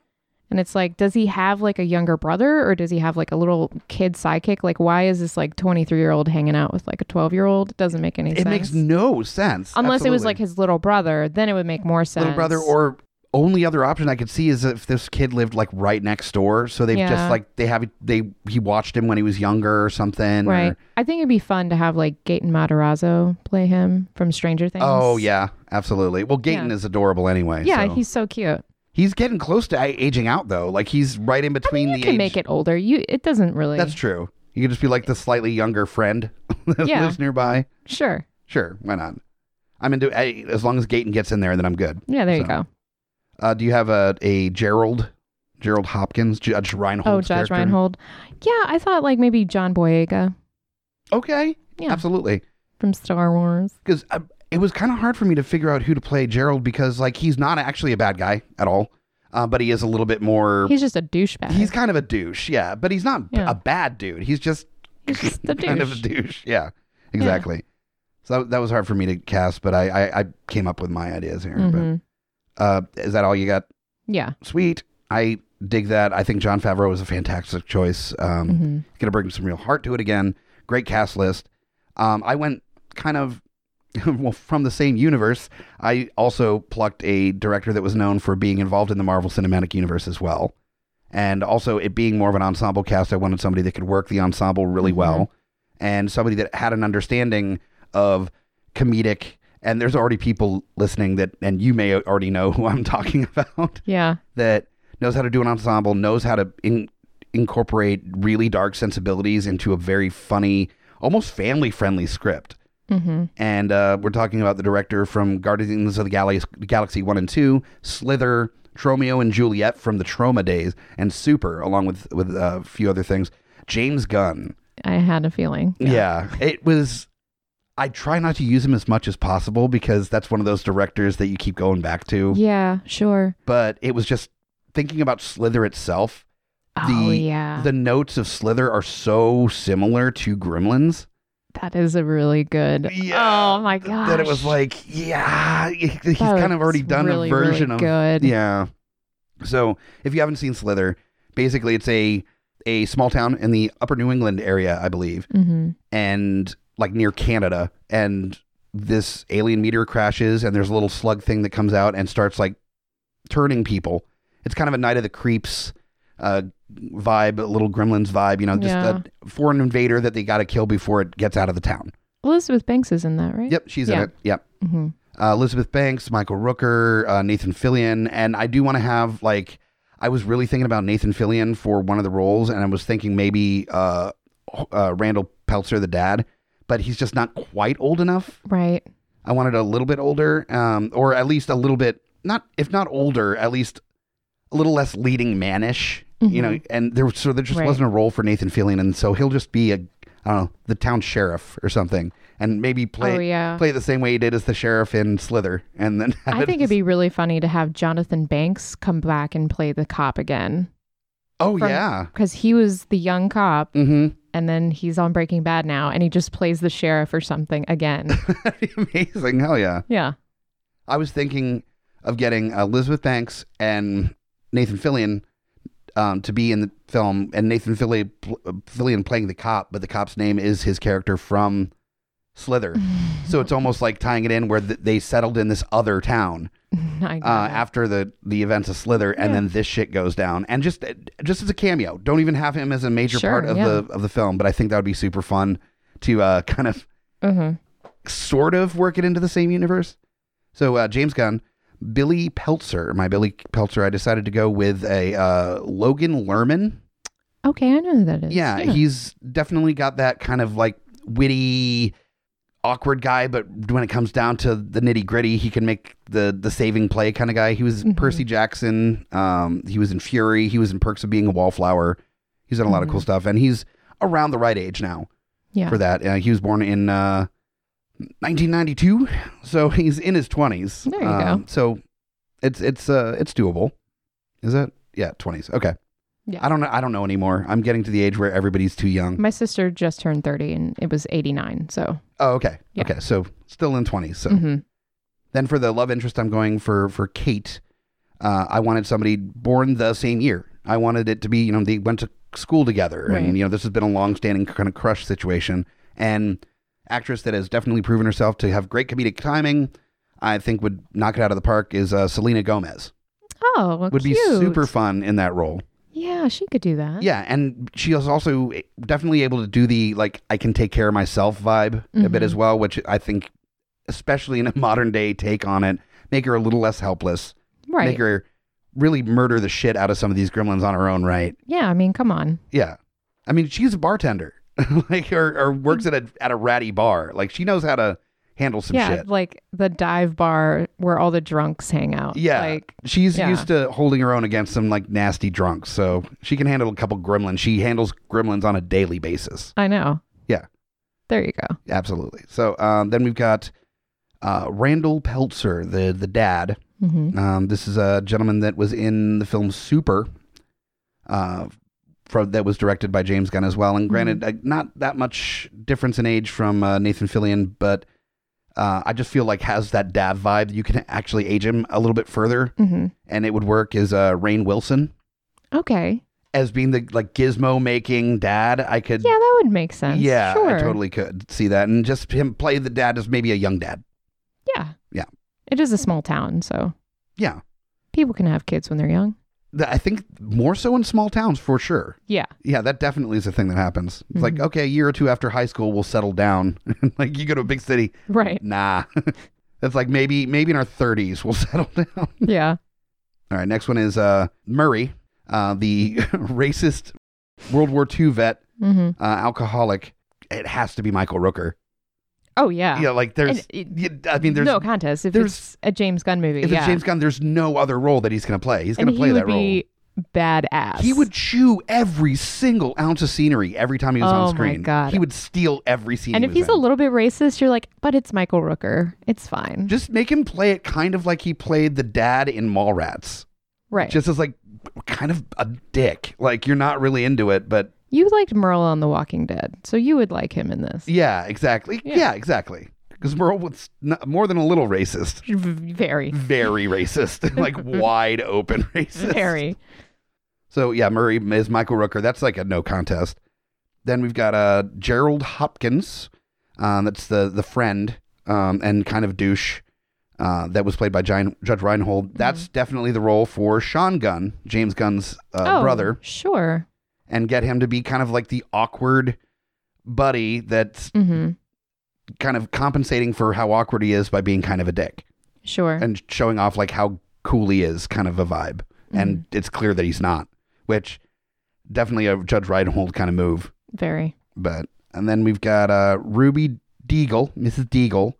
Speaker 3: and it's like, does he have like a younger brother or does he have like a little kid sidekick? Like, why is this like 23 year old hanging out with like a 12 year old? Doesn't make any
Speaker 2: It
Speaker 3: sense.
Speaker 2: makes no sense.
Speaker 3: Unless it was
Speaker 2: Absolutely.
Speaker 3: like his little brother, then it would make more sense.
Speaker 2: little brother or only other option I could see is if this kid lived like right next door, so they've
Speaker 3: Yeah.
Speaker 2: just like they have they he watched him when he was younger or something. or-
Speaker 3: right. I think it'd be fun to have like Gaten Matarazzo play him from Stranger Things.
Speaker 2: Oh yeah, absolutely. Well, Gayton
Speaker 3: Yeah.
Speaker 2: is adorable anyway.
Speaker 3: Yeah,
Speaker 2: so.
Speaker 3: he's so cute.
Speaker 2: He's getting close to a- aging out though. Like he's right in
Speaker 3: I mean,
Speaker 2: between
Speaker 3: you
Speaker 2: the
Speaker 3: can
Speaker 2: age.
Speaker 3: make it older. You it doesn't really.
Speaker 2: That's true. You could just be like the slightly younger friend that
Speaker 3: Yeah.
Speaker 2: lives nearby.
Speaker 3: Sure.
Speaker 2: Sure, why not? I'm into I, as long as Gayton gets in there, then I'm good.
Speaker 3: Yeah, there
Speaker 2: So,
Speaker 3: you go.
Speaker 2: Uh, do you have a a Gerald Gerald Hopkins Judge Reinhold?
Speaker 3: Oh, Josh
Speaker 2: character?
Speaker 3: Reinhold. Yeah, I thought like maybe John Boyega
Speaker 2: Okay,
Speaker 3: Yeah.
Speaker 2: absolutely.
Speaker 3: from Star Wars.
Speaker 2: Because uh, it was kind of hard for me to figure out who to play Gerald because like he's not actually a bad guy at all, uh, but he is a little bit more.
Speaker 3: He's just a douchebag.
Speaker 2: He's kind of a douche, yeah, but he's not b-
Speaker 3: Yeah.
Speaker 2: a bad dude. He's just
Speaker 3: He's just the
Speaker 2: kind of a
Speaker 3: douche.
Speaker 2: douche. Yeah, exactly. So that, that was hard for me to cast, but I I, I came up with my ideas here.
Speaker 3: Mhm.
Speaker 2: But uh, is that all you got?
Speaker 3: Yeah.
Speaker 2: Sweet, I dig that. I think John Favreau is a fantastic choice. Um,
Speaker 3: Mhm.
Speaker 2: Going to bring some real heart to it again. Great cast list. Um, I went kind of well from the same universe. I also plucked a director that was known for being involved in the Marvel Cinematic Universe as well. And also, it being more of an ensemble cast, I wanted somebody that could work the ensemble really
Speaker 3: Mhm.
Speaker 2: well and somebody that had an understanding of comedic. And there's already people listening that, and you may already know who I'm talking about
Speaker 3: Yeah.
Speaker 2: that knows how to do an ensemble, knows how to in, incorporate really dark sensibilities into a very funny, almost family friendly script.
Speaker 3: Mm-hmm.
Speaker 2: And uh, we're talking about the director from Guardians of the Gal- Galaxy 1 and 2, Slither, Tromeo and Juliet from the Troma days, and Super, along with, with uh, a few other things. James Gunn.
Speaker 3: I had a feeling.
Speaker 2: Yeah. It was. I try not to use him as much as possible because that's one of those directors that you keep going back to.
Speaker 3: Yeah, sure.
Speaker 2: But it was just thinking about Slither itself
Speaker 3: oh,
Speaker 2: the-
Speaker 3: yeah.
Speaker 2: the notes of Slither are so similar to Gremlins
Speaker 3: that is a really good.
Speaker 2: Yeah,
Speaker 3: oh, my
Speaker 2: th-
Speaker 3: gosh.
Speaker 2: that it was like, yeah, he- he's
Speaker 3: That
Speaker 2: kind of
Speaker 3: was
Speaker 2: already done
Speaker 3: really,
Speaker 2: a version
Speaker 3: really
Speaker 2: of
Speaker 3: good.
Speaker 2: yeah. So if you haven't seen Slither, basically it's a a small town in the Upper New England area, I believe,
Speaker 3: Mm-hmm.
Speaker 2: and like near Canada, and this alien meteor crashes, and there's a little slug thing that comes out and starts like turning people. It's kind of a Night of the Creeps uh, vibe, a little Gremlins vibe, you know, just
Speaker 3: Yeah.
Speaker 2: a foreign invader that they got to kill before it gets out of the town.
Speaker 3: Elizabeth Banks is in that, right?
Speaker 2: Yep, she's in
Speaker 3: Yeah.
Speaker 2: it. Yep.
Speaker 3: Mm-hmm.
Speaker 2: Uh, Elizabeth Banks, Michael Rooker, uh, Nathan Fillion, and I do want to have like I was really thinking about Nathan Fillion for one of the roles, and I was thinking maybe uh, uh, Randall Peltzer, the dad, but he's just not quite old enough.
Speaker 3: Right.
Speaker 2: I wanted a little bit older, um, or at least a little bit not if not older, at least a little less leading manish. You know, and there was- so there just
Speaker 3: Mm-hmm. Right.
Speaker 2: wasn't a role for Nathan Fillion, and so he'll just be a I don't know the town sheriff or something, and maybe play
Speaker 3: Oh, yeah.
Speaker 2: play it the same way he did as the sheriff in Slither, and then have
Speaker 3: I think it'd
Speaker 2: as-
Speaker 3: be really funny to have Jonathan Banks come back and play the cop again
Speaker 2: oh
Speaker 3: from-
Speaker 2: yeah,
Speaker 3: because he was the young cop
Speaker 2: mm-hmm.
Speaker 3: and then he's on Breaking Bad now and he just plays the sheriff or something again.
Speaker 2: That'd be amazing. Hell yeah.
Speaker 3: yeah.
Speaker 2: I was thinking of getting Elizabeth Banks and Nathan Fillion um, to be in the film, and Nathan Fillion, Fillion playing the cop, but the cop's name is his character from Slither. so it's almost like tying it in where th- they settled in this other town
Speaker 3: I
Speaker 2: uh,
Speaker 3: got it.
Speaker 2: after the the events of Slither, and then this shit goes down, and just uh, just as a cameo. Don't even have him as a major
Speaker 3: Sure,
Speaker 2: part of
Speaker 3: yeah.
Speaker 2: the of the film, but I think that would be super fun to uh, kind of
Speaker 3: Mhm.
Speaker 2: sort of work it into the same universe. So uh, James Gunn, Billy Peltzer, my Billy Peltzer, I decided to go with a uh, Logan Lerman.
Speaker 3: Okay, I know who that is.
Speaker 2: Yeah, he's definitely got that kind of like witty, awkward guy, but when it comes down to the nitty gritty, he can make the the saving play kind of guy. He was Percy Jackson. Um, he was in Fury. He was in Perks of Being a Wallflower. He's done a lot of cool stuff, and he's around the right age now
Speaker 3: yeah.
Speaker 2: for that. Uh, he was born in uh, 1992, so he's in his 20s.
Speaker 3: There you
Speaker 2: Um,
Speaker 3: go.
Speaker 2: So it's it's uh it's doable. Is it? Yeah, 20s. Okay.
Speaker 3: Yeah. Mm.
Speaker 2: I don't know. I don't know anymore. I'm getting to the age where everybody's too young.
Speaker 3: My sister just turned 30 and it was 89. So,
Speaker 2: Oh, okay.
Speaker 3: Yeah.
Speaker 2: Okay. So still in 20s. So
Speaker 3: mhm.
Speaker 2: then for the love interest, I'm going for for Kate. Uh, I wanted somebody born the same year. I wanted it to be you know they went to school together,
Speaker 3: Right.
Speaker 2: and you know this has been a long-standing kind of crush situation. And actress that has definitely proven herself to have great comedic timing. I think would knock it out of the park is uh, Selena Gomez.
Speaker 3: oh, well,
Speaker 2: Would be
Speaker 3: cute.
Speaker 2: super fun in that role.
Speaker 3: Yeah, she could do that.
Speaker 2: Yeah, and she is also definitely able to do the like I can take care of myself vibe a bit as
Speaker 3: Mm-hmm.
Speaker 2: well, which I think, especially in a modern day take on it, make her a little less helpless,
Speaker 3: Right.
Speaker 2: make her really murder the shit out of some of these gremlins on her own right.
Speaker 3: yeah, I mean, come on.
Speaker 2: Yeah, I mean she's a bartender, like or, or works at a at a ratty bar. Like she knows how to handle some
Speaker 3: yeah,
Speaker 2: shit.
Speaker 3: like the dive bar where all the drunks hang out.
Speaker 2: Yeah.
Speaker 3: Like,
Speaker 2: She's
Speaker 3: yeah.
Speaker 2: used to holding her own against some like nasty drunks, so she can handle a couple gremlins. She handles gremlins on a daily basis.
Speaker 3: I know.
Speaker 2: Yeah.
Speaker 3: There you go.
Speaker 2: Absolutely. So um, then we've got uh, Randall Peltzer, the the dad.
Speaker 3: hmm
Speaker 2: Um, this is a gentleman that was in the film Super, uh, from, that was directed by James Gunn as well. And
Speaker 3: Mm-hmm.
Speaker 2: granted, uh, not that much difference in age from uh, Nathan Fillion, but uh, I just feel like has that dad vibe. You can actually age him a little bit further,
Speaker 3: hmm
Speaker 2: and it would work. Is uh, Rain Wilson
Speaker 3: Okay.
Speaker 2: as being the like gizmo making dad? I could.
Speaker 3: Yeah, that would make sense.
Speaker 2: Mm. Yeah,
Speaker 3: sure.
Speaker 2: I totally could see that, and just him play the dad as maybe a young dad.
Speaker 3: Yeah.
Speaker 2: Yeah.
Speaker 3: It is a small town, so
Speaker 2: Yeah.
Speaker 3: people can have kids when they're young.
Speaker 2: Th- I think more so in small towns for sure.
Speaker 3: Yeah.
Speaker 2: Yeah, that definitely is a thing that happens. It's like,
Speaker 3: Mhm.
Speaker 2: okay, a year or two after high school, we'll settle down. like, you go to a big city.
Speaker 3: Right.
Speaker 2: Nah. That's like maybe maybe in our 30s, we'll settle down.
Speaker 3: Yeah.
Speaker 2: All right, next one is uh, Murray, uh, the racist World War II vet,
Speaker 3: hmm
Speaker 2: uh, alcoholic. It has to be Michael Rooker.
Speaker 3: Oh, yeah.
Speaker 2: Yeah, like there's,
Speaker 3: And
Speaker 2: yeah, I mean, there's,
Speaker 3: no contest. If
Speaker 2: there's-
Speaker 3: it's a James Gunn movie,
Speaker 2: if
Speaker 3: yeah.
Speaker 2: it's James Gunn, there's no other role that he's going to play. He's going to
Speaker 3: and
Speaker 2: play
Speaker 3: he
Speaker 2: that
Speaker 3: would
Speaker 2: role.
Speaker 3: be badass.
Speaker 2: He would chew every single ounce of scenery every time he was
Speaker 3: Oh
Speaker 2: on
Speaker 3: my
Speaker 2: screen.
Speaker 3: God.
Speaker 2: He would steal every scene.
Speaker 3: And
Speaker 2: he
Speaker 3: if
Speaker 2: was
Speaker 3: he's a
Speaker 2: in.
Speaker 3: little bit racist, you're like, but it's Michael Rooker. It's fine.
Speaker 2: just make him play it kind of like he played the dad in Mallrats,
Speaker 3: right.
Speaker 2: just as like kind of a dick. Like you're not really into it, but
Speaker 3: you liked Merle on The Walking Dead, so you would like him in this.
Speaker 2: yeah, exactly. Yeah,
Speaker 3: Yeah.
Speaker 2: exactly. Because Merle was n- more than a little racist,
Speaker 3: Very.
Speaker 2: very racist, like wide open racist.
Speaker 3: Very.
Speaker 2: So yeah, Murray is Michael Rooker. That's like a no contest. Then we've got uh, Gerald Hopkins. Um, that's the the friend um, and kind of douche uh, that was played by Gin- Judge Reinhold. That's definitely the role for Sean Gunn, James Gunn's uh,
Speaker 3: oh,
Speaker 2: brother,
Speaker 3: Sure.
Speaker 2: and get him to be kind of like the awkward buddy that's
Speaker 3: hmm
Speaker 2: kind of compensating for how awkward he is by being kind of a dick
Speaker 3: Sure.
Speaker 2: and showing off like how cool he is, kind of a vibe. and it's clear that he's not, which definitely a Judge Reinhold kind of move.
Speaker 3: Very.
Speaker 2: But and then we've got uh, Ruby Deagle, Mrs. Deagle,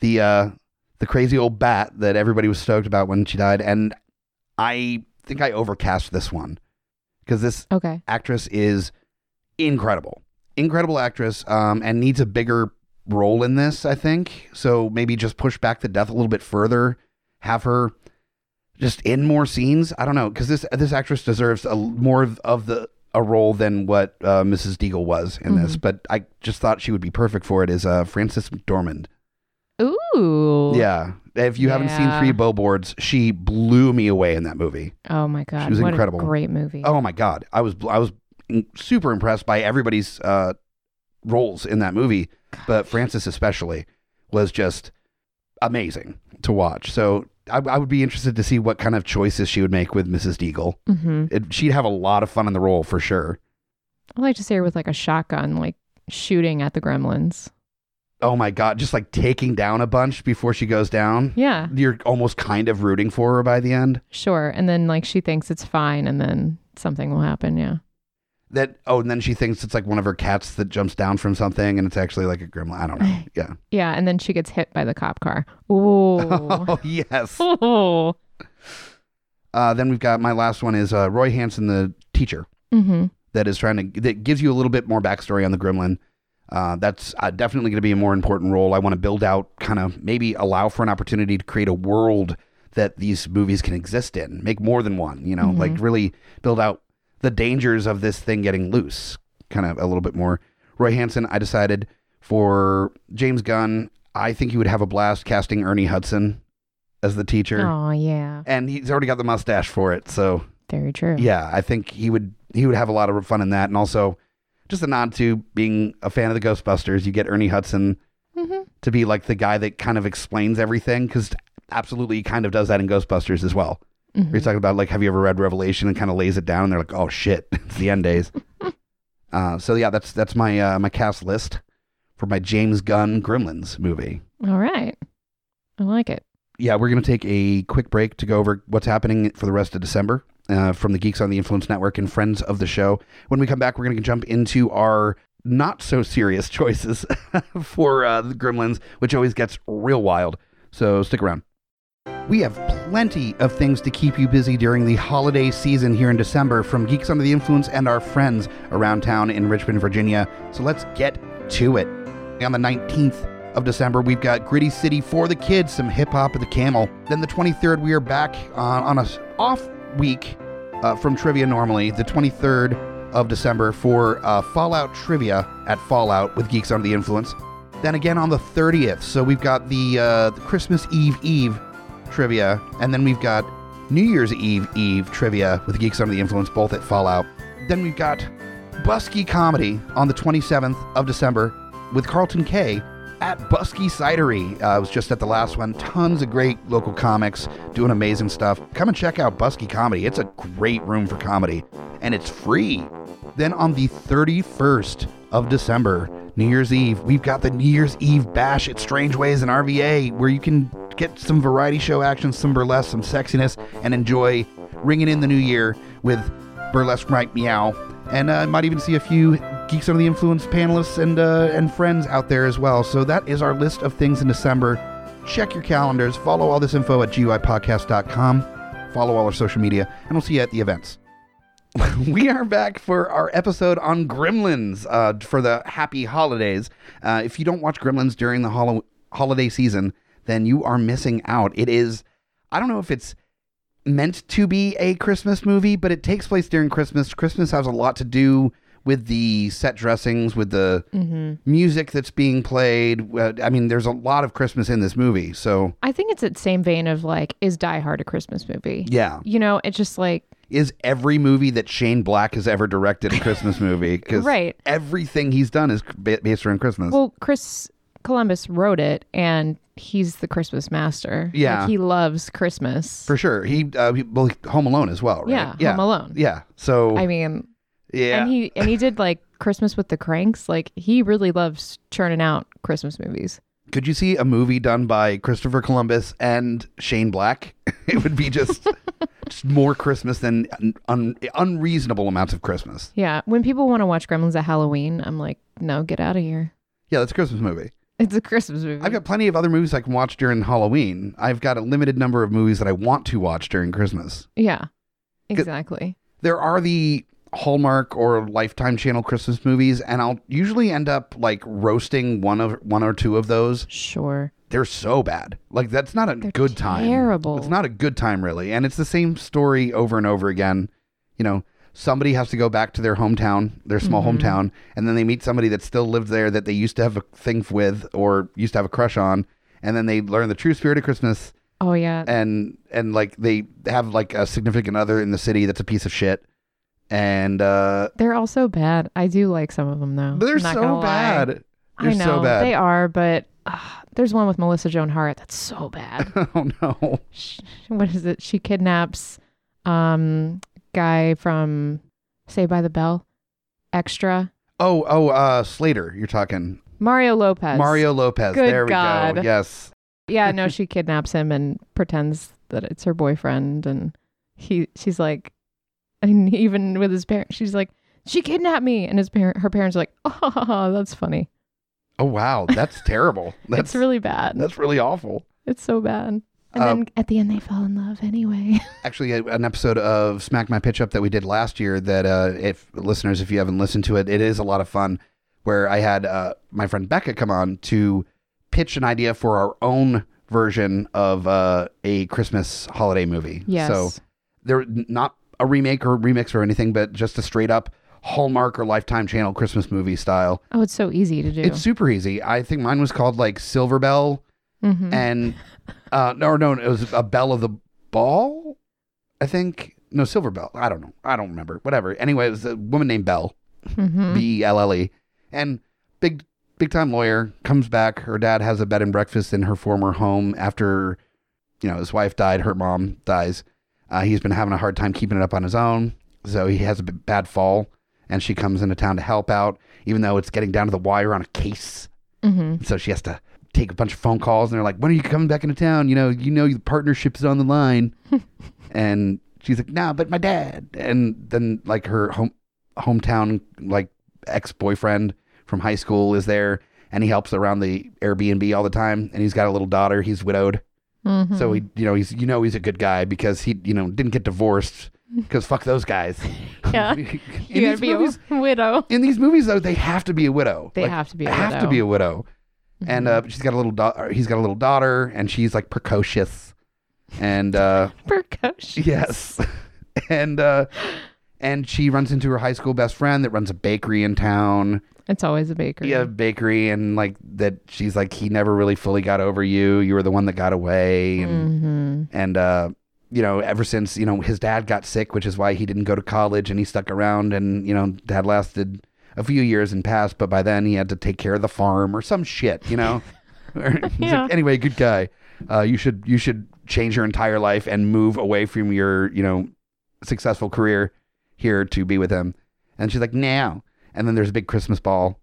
Speaker 2: the uh, the crazy old bat that everybody was stoked about when she died, and I think I overcast this one because this
Speaker 3: Okay.
Speaker 2: actress is incredible, incredible actress, um, and needs a bigger role in this. I think so. Maybe just push back the death a little bit further, have her just in more scenes. I don't know because this this actress deserves a, more of, of the a role than what uh, Mrs. Deagle was in this.
Speaker 3: Mm-hmm.
Speaker 2: But I just thought she would be perfect for it. Is uh, Frances McDormand?
Speaker 3: Ooh.
Speaker 2: Yeah. If you haven't seen
Speaker 3: Yeah.
Speaker 2: Three Billboards, she blew me away in that movie.
Speaker 3: Oh my god.
Speaker 2: was
Speaker 3: what a
Speaker 2: incredible.
Speaker 3: great movie.
Speaker 2: Oh my god, I was I was in- super impressed by everybody's uh, roles in that movie, but Francis especially was just amazing to watch. So I, I would be interested to see what kind of choices she would make with Mrs. Deagle.
Speaker 3: Mm-hmm.
Speaker 2: It, she'd have a lot of fun in the role for sure.
Speaker 3: I'd like to see her with like a shotgun, like shooting at the gremlins.
Speaker 2: Oh my god, just like taking down a bunch before she goes down.
Speaker 3: Yeah.
Speaker 2: You're almost kind of rooting for her by the end.
Speaker 3: Sure. And then like she thinks it's fine and then something will happen. Yeah.
Speaker 2: That oh, and then she thinks it's like one of her cats that jumps down from something, and it's actually like a gremlin. I don't know. Yeah.
Speaker 3: Yeah. And then she gets hit by the cop car. Ooh.
Speaker 2: Oh yes.
Speaker 3: Ooh.
Speaker 2: Uh, then we've got my last one is uh, Roy Hansen, the teacher
Speaker 3: Mm-hmm.
Speaker 2: that is trying to that gives you a little bit more backstory on the Gremlin. Uh, that's uh, definitely going to be a more important role. I want to build out, kind of maybe allow for an opportunity to create a world that these movies can exist in, make more than one. You know, like really build out the dangers of this thing getting loose, kind of a little bit more. Roy Hansen, I decided for James Gunn, I think he would have a blast casting Ernie Hudson as the teacher,
Speaker 3: Oh yeah.
Speaker 2: and he's already got the mustache for it, so.
Speaker 3: Very true.
Speaker 2: Yeah, I think he would he would have a lot of fun in that, and also just a nod to being a fan of the Ghostbusters. You get Ernie Hudson
Speaker 3: Mhm.
Speaker 2: to be like the guy that kind of explains everything because absolutely he kind of does that in Ghostbusters as well.
Speaker 3: Mhm.
Speaker 2: Where he's talking about like, have you ever read Revelation and kind of lays it down, and they're like, oh shit, it's the end days. uh, so yeah, that's that's my uh, my cast list for my James Gunn Gremlins movie.
Speaker 3: All right. I like it.
Speaker 2: Yeah, we're going to take a quick break to go over what's happening for the rest of December uh, from the Geeks on the Influence Network and friends of the show. When we come back, we're going to jump into our not so serious choices for uh, the Gremlins, which always gets real wild. So stick around. We have plenty of things to keep you busy during the holiday season here in December from Geeks Under the Influence and our friends around town in Richmond, Virginia. So let's get to it. On the 19th of December, we've got Gritty City for the kids, some hip hop of the camel. Then the 23rd, we are back uh, on a s- off week uh, from trivia normally, the 23rd of December for uh, Fallout trivia at Fallout with Geeks Under the Influence. Then again on the 30th, so we've got the, uh, the Christmas Eve Eve trivia, and then we've got New Year's Eve Eve trivia with Geeks Under the Influence, both at Fallout. Then we've got Busky Comedy on the 27th of December with Carlton K at Busky Cidery. Uh, I was just at the last one. Tons of great local comics doing amazing stuff. Come and check out Busky Comedy. It's a great room for comedy, and it's free. Then on the 31st of December, New Year's Eve, we've got the New Year's Eve Bash at Strange Ways in RVA, where you can get some variety show action, some burlesque, some sexiness, and enjoy ringing in the new year with burlesque right meow. And uh, I might even see a few Geeks Under the Influence panelists and uh, and friends out there as well. So that is our list of things in December check your calendars, follow all this info at GUIpodcast.com, follow all our social media, and we'll see you at the events. we are back for our episode on Gremlins uh, for the happy holidays. Uh, if you don't watch Gremlins during the holo- holiday season, then you are missing out. It is, I don't know if it's meant to be a Christmas movie, but it takes place during Christmas. Christmas has a lot to do with the set dressings, with the
Speaker 3: Mm-hmm.
Speaker 2: music that's being played. Uh, I mean, there's a lot of Christmas in this movie. So,
Speaker 3: I think it's that same vein of like, is Die Hard a Christmas movie?
Speaker 2: yeah.
Speaker 3: You know, it's just like
Speaker 2: Is every movie that Shane Black has ever directed a Christmas movie? Because
Speaker 3: Right. everything
Speaker 2: everything he's done is based around Christmas.
Speaker 3: Well, Chris Columbus wrote it, and he's the Christmas master.
Speaker 2: Yeah.
Speaker 3: like, he loves Christmas.
Speaker 2: for sure. He, uh, he- well, Home Alone as well, right?
Speaker 3: Yeah, Home Alone.
Speaker 2: Yeah. So,
Speaker 3: I mean,
Speaker 2: yeah.
Speaker 3: and he and he did like Christmas with the Cranks. Like he really loves churning out Christmas movies.
Speaker 2: Could you see a movie done by Christopher Columbus and Shane Black? it would be just watched more Christmas than un- un- unreasonable amounts of Christmas.
Speaker 3: Yeah. When people want to watch Gremlins at Halloween, I'm like, no, get out of here.
Speaker 2: Yeah, that's a Christmas movie.
Speaker 3: It's a Christmas movie.
Speaker 2: I've got plenty of other movies I can watch during Halloween. I've got a limited number of movies that I want to watch during Christmas.
Speaker 3: yeah. Exactly.
Speaker 2: There are the Hallmark or Lifetime Channel Christmas movies, and I'll usually end up like roasting one of one or two of those.
Speaker 3: Sure.
Speaker 2: They're so bad. Like that's not a
Speaker 3: They're
Speaker 2: good time.
Speaker 3: terrible.
Speaker 2: It's not a good time really, and it's the same story over and over again. You know, somebody has to go back to their hometown, their small
Speaker 3: Mm-hmm.
Speaker 2: hometown, and then they meet somebody that still lived there that they used to have a thing with or used to have a crush on, and then they learn the true spirit of Christmas
Speaker 3: Oh yeah.
Speaker 2: and and like they have like a significant other in the city that's a piece of shit and uh
Speaker 3: They're also bad. I do like some of them though.
Speaker 2: they're
Speaker 3: I'm not gonna
Speaker 2: so
Speaker 3: lie.
Speaker 2: bad they're
Speaker 3: I know
Speaker 2: so bad
Speaker 3: they are, but uh, there's one with Melissa Joan Hart that's so bad.
Speaker 2: oh no
Speaker 3: Sh what is it? She kidnaps um guy from Say by the Bell, Extra
Speaker 2: oh oh uh slater you're talking
Speaker 3: Mario Lopez.
Speaker 2: mario lopez
Speaker 3: Good
Speaker 2: there we go
Speaker 3: God.
Speaker 2: yes
Speaker 3: Yeah, no, she kidnaps him and pretends that it's her boyfriend, and he she's like, and even with his parents, she's like, she kidnapped me, and his parent, her parents are like, oh, that's funny.
Speaker 2: oh wow that's terrible that's
Speaker 3: it's really bad.
Speaker 2: that's really awful
Speaker 3: It's so bad. And
Speaker 2: Uh,
Speaker 3: then at the end, they fell in love anyway.
Speaker 2: actually a- an episode of smack my pitch up that we did last year that uh if listeners if you haven't listened to it it is a lot of fun where i had uh my friend becca come on to pitch an idea for our own version of uh a christmas holiday movie
Speaker 3: yes.
Speaker 2: so there not a remake or remix or anything but just a straight up hallmark or lifetime channel christmas movie style
Speaker 3: oh, it's so easy to do.
Speaker 2: it's super easy i think mine was called like silver bell
Speaker 3: Mhm.
Speaker 2: and uh no no it was a bell of the ball i think no silver bell i don't know i don't remember whatever anyway it was a woman named bell E
Speaker 3: Mhm.
Speaker 2: b-e-l-l-e and big big time lawyer comes back her dad has a bed and breakfast in her former home after you know his wife died her mom dies uh, he's been having a hard time keeping it up on his own so he has a b- bad fall and she comes into town to help out even though it's getting down to the wire on a case
Speaker 3: Mhm.
Speaker 2: so she has to take a bunch of phone calls, and they're like, "When are you coming back into town? You know, you know, the partnership is on the line." and she's like, "Nah, but my dad." And then like her home hometown like ex boyfriend from high school is there, and he helps around the Airbnb all the time, and he's got a little daughter. He's widowed,
Speaker 3: Mhm.
Speaker 2: so he you know he's you know he's a good guy because he you know didn't get divorced because fuck those guys.
Speaker 3: Yeah.
Speaker 2: In
Speaker 3: you gotta
Speaker 2: these
Speaker 3: be
Speaker 2: movies-
Speaker 3: a widow.
Speaker 2: in these movies though they have to be a widow
Speaker 3: They have to be a
Speaker 2: have to
Speaker 3: widow. Mm-hmm.
Speaker 2: be a widow and uh she's got a little daughter he's got a little daughter and she's like precocious and uh
Speaker 3: Precocious.
Speaker 2: yes and uh and she runs into her high school best friend that runs a bakery in town
Speaker 3: It's always a baker.
Speaker 2: yeah bakery and like that she's like he never really fully got over you you were the one that got away and
Speaker 3: Mm-hmm.
Speaker 2: and uh you know ever since you know his dad got sick which is why he didn't go to college and he stuck around and you know dad lasted a few years and passed but by then he had to take care of the farm or some shit you know Or- he's like,
Speaker 3: Yeah.
Speaker 2: anyway good guy uh you should you should change your entire life and move away from your you know successful career here to be with him and she's like now and then there's a big christmas ball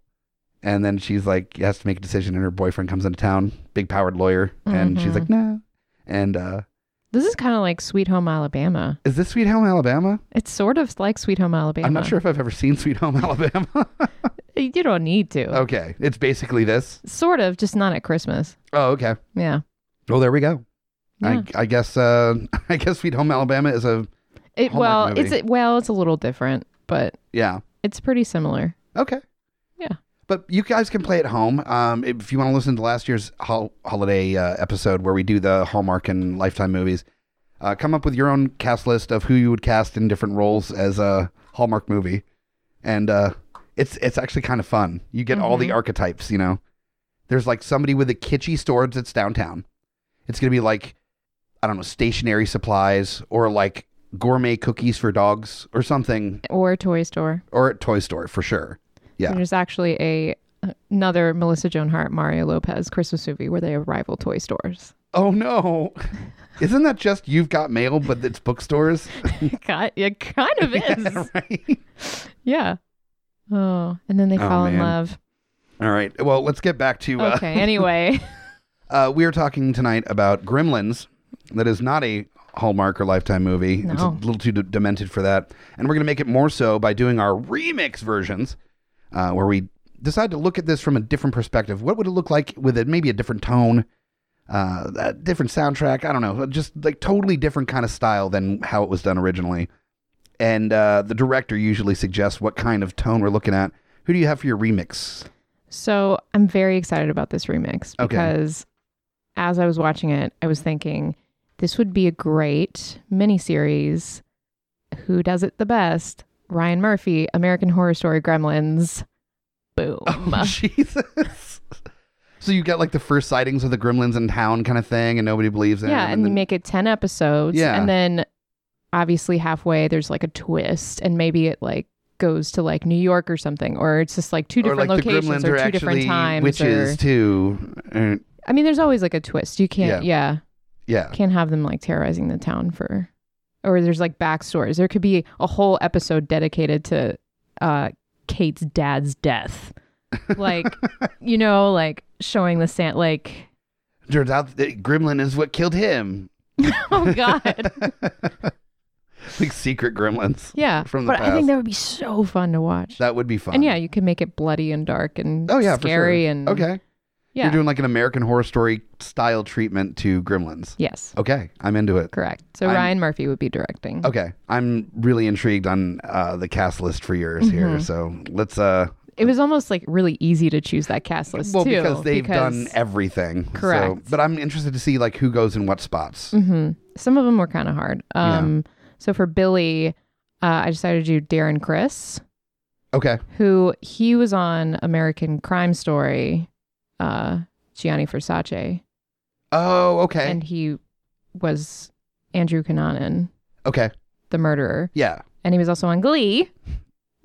Speaker 2: and then she's like has to make a decision and her boyfriend comes into town big powered lawyer and she's
Speaker 3: Mhm.
Speaker 2: like no and uh
Speaker 3: This is kind of like Sweet Home Alabama.
Speaker 2: is this Sweet Home Alabama?
Speaker 3: It's sort of like Sweet Home Alabama.
Speaker 2: I'm not sure if I've ever seen Sweet Home Alabama.
Speaker 3: You don't need to.
Speaker 2: okay, it's basically this.
Speaker 3: Sort of, just not at Christmas.
Speaker 2: Oh, okay.
Speaker 3: Yeah.
Speaker 2: Well, there we go.
Speaker 3: Yeah.
Speaker 2: I, I guess uh, I guess Sweet Home Alabama is a
Speaker 3: It,
Speaker 2: Hallmark
Speaker 3: well,
Speaker 2: movie.
Speaker 3: it's it, well, it's a little different, but
Speaker 2: yeah.
Speaker 3: it's pretty similar.
Speaker 2: Okay.
Speaker 3: Yeah.
Speaker 2: But you guys can play at home. Um, if you want to listen to last year's hol- holiday uh, episode where we do the Hallmark and Lifetime movies, uh, come up with your own cast list of who you would cast in different roles as a Hallmark movie, and uh, it's it's actually kind of fun. You get all the archetypes. You know, there's like somebody with a kitschy storage that's downtown. It's gonna be like I don't know stationary supplies or like gourmet cookies for dogs or something
Speaker 3: Or Toy Store.
Speaker 2: or at toy store for sure. Yeah.
Speaker 3: There's actually a another Melissa Joan Hart, Mario Lopez Christmas movie where they are rival toy stores.
Speaker 2: Oh no. Isn't that just you've got mail, but it's bookstores?
Speaker 3: Ki- it kind of is.
Speaker 2: right.
Speaker 3: yeah. Oh, and then they
Speaker 2: Oh,
Speaker 3: fall in
Speaker 2: man.
Speaker 3: love.
Speaker 2: All right. Well, let's get back to uh,
Speaker 3: Okay. Anyway,
Speaker 2: uh we are talking tonight about Gremlins. That is not a Hallmark or Lifetime movie. It's a
Speaker 3: No.
Speaker 2: little too d- demented for that. And we're going to make it more so by doing our remix versions, uh, where we decide to look at this from a different perspective. What would it look like with a, maybe a different tone, uh, a different soundtrack? I don't know. Just like totally different kind of style than how it was done originally. And uh, the director usually suggests what kind of tone we're looking at. Who do you have for your remix?
Speaker 3: So I'm very excited about this remix
Speaker 2: Okay.
Speaker 3: because as I was watching it, I was thinking this would be a great miniseries. Who does it the best? Ryan Murphy, American Horror Story Gremlins. Boom.
Speaker 2: Oh, Jesus. So you got like the first sightings of the gremlins in town kind of thing, and nobody believes in
Speaker 3: yeah,
Speaker 2: them,
Speaker 3: and you
Speaker 2: then-
Speaker 3: make it 10 episodes.
Speaker 2: Yeah.
Speaker 3: And then obviously halfway there's like a twist and maybe it like goes to like New York or something or it's just like two
Speaker 2: or like
Speaker 3: different
Speaker 2: the gremlins
Speaker 3: locations or
Speaker 2: are
Speaker 3: two
Speaker 2: actually
Speaker 3: different times
Speaker 2: witches
Speaker 3: or
Speaker 2: too. Uh,
Speaker 3: I mean there's always like a twist. You can't yeah.
Speaker 2: yeah,
Speaker 3: can't have them like terrorizing the town for or there's like backstories there could be a whole episode dedicated to uh kate's dad's death like you know like showing the sand like
Speaker 2: turns out that gremlin is what killed him.
Speaker 3: oh god
Speaker 2: like secret gremlins.
Speaker 3: yeah
Speaker 2: From the
Speaker 3: but i think
Speaker 2: past.
Speaker 3: that would be so fun to watch
Speaker 2: That would be fun.
Speaker 3: and yeah you can make it bloody and dark and
Speaker 2: Oh yeah, for
Speaker 3: scary
Speaker 2: sure.
Speaker 3: and
Speaker 2: okay.
Speaker 3: yeah
Speaker 2: You're doing like an American Horror Story style treatment to gremlins.
Speaker 3: yes
Speaker 2: Okay, I'm into it.
Speaker 3: correct so
Speaker 2: I'm-
Speaker 3: ryan murphy would be directing
Speaker 2: Okay, I'm really intrigued on uh, the cast list for yours
Speaker 3: Mm-hmm.
Speaker 2: here. So let's uh,
Speaker 3: it was almost like really easy to choose that cast list
Speaker 2: well
Speaker 3: too
Speaker 2: because they've done
Speaker 3: because-
Speaker 2: everything.
Speaker 3: Correct.
Speaker 2: but I'm interested to see like who goes in what spots.
Speaker 3: hmm Some of them were kind of hard. Um, So for Billy, uh, I decided to do Darren Chris,
Speaker 2: Okay.
Speaker 3: who he was on American Crime Story, uh, Gianni Versace,
Speaker 2: Oh, okay.
Speaker 3: and he was Andrew Cunanan,
Speaker 2: okay.
Speaker 3: the murderer,
Speaker 2: Yeah.
Speaker 3: and he was also on Glee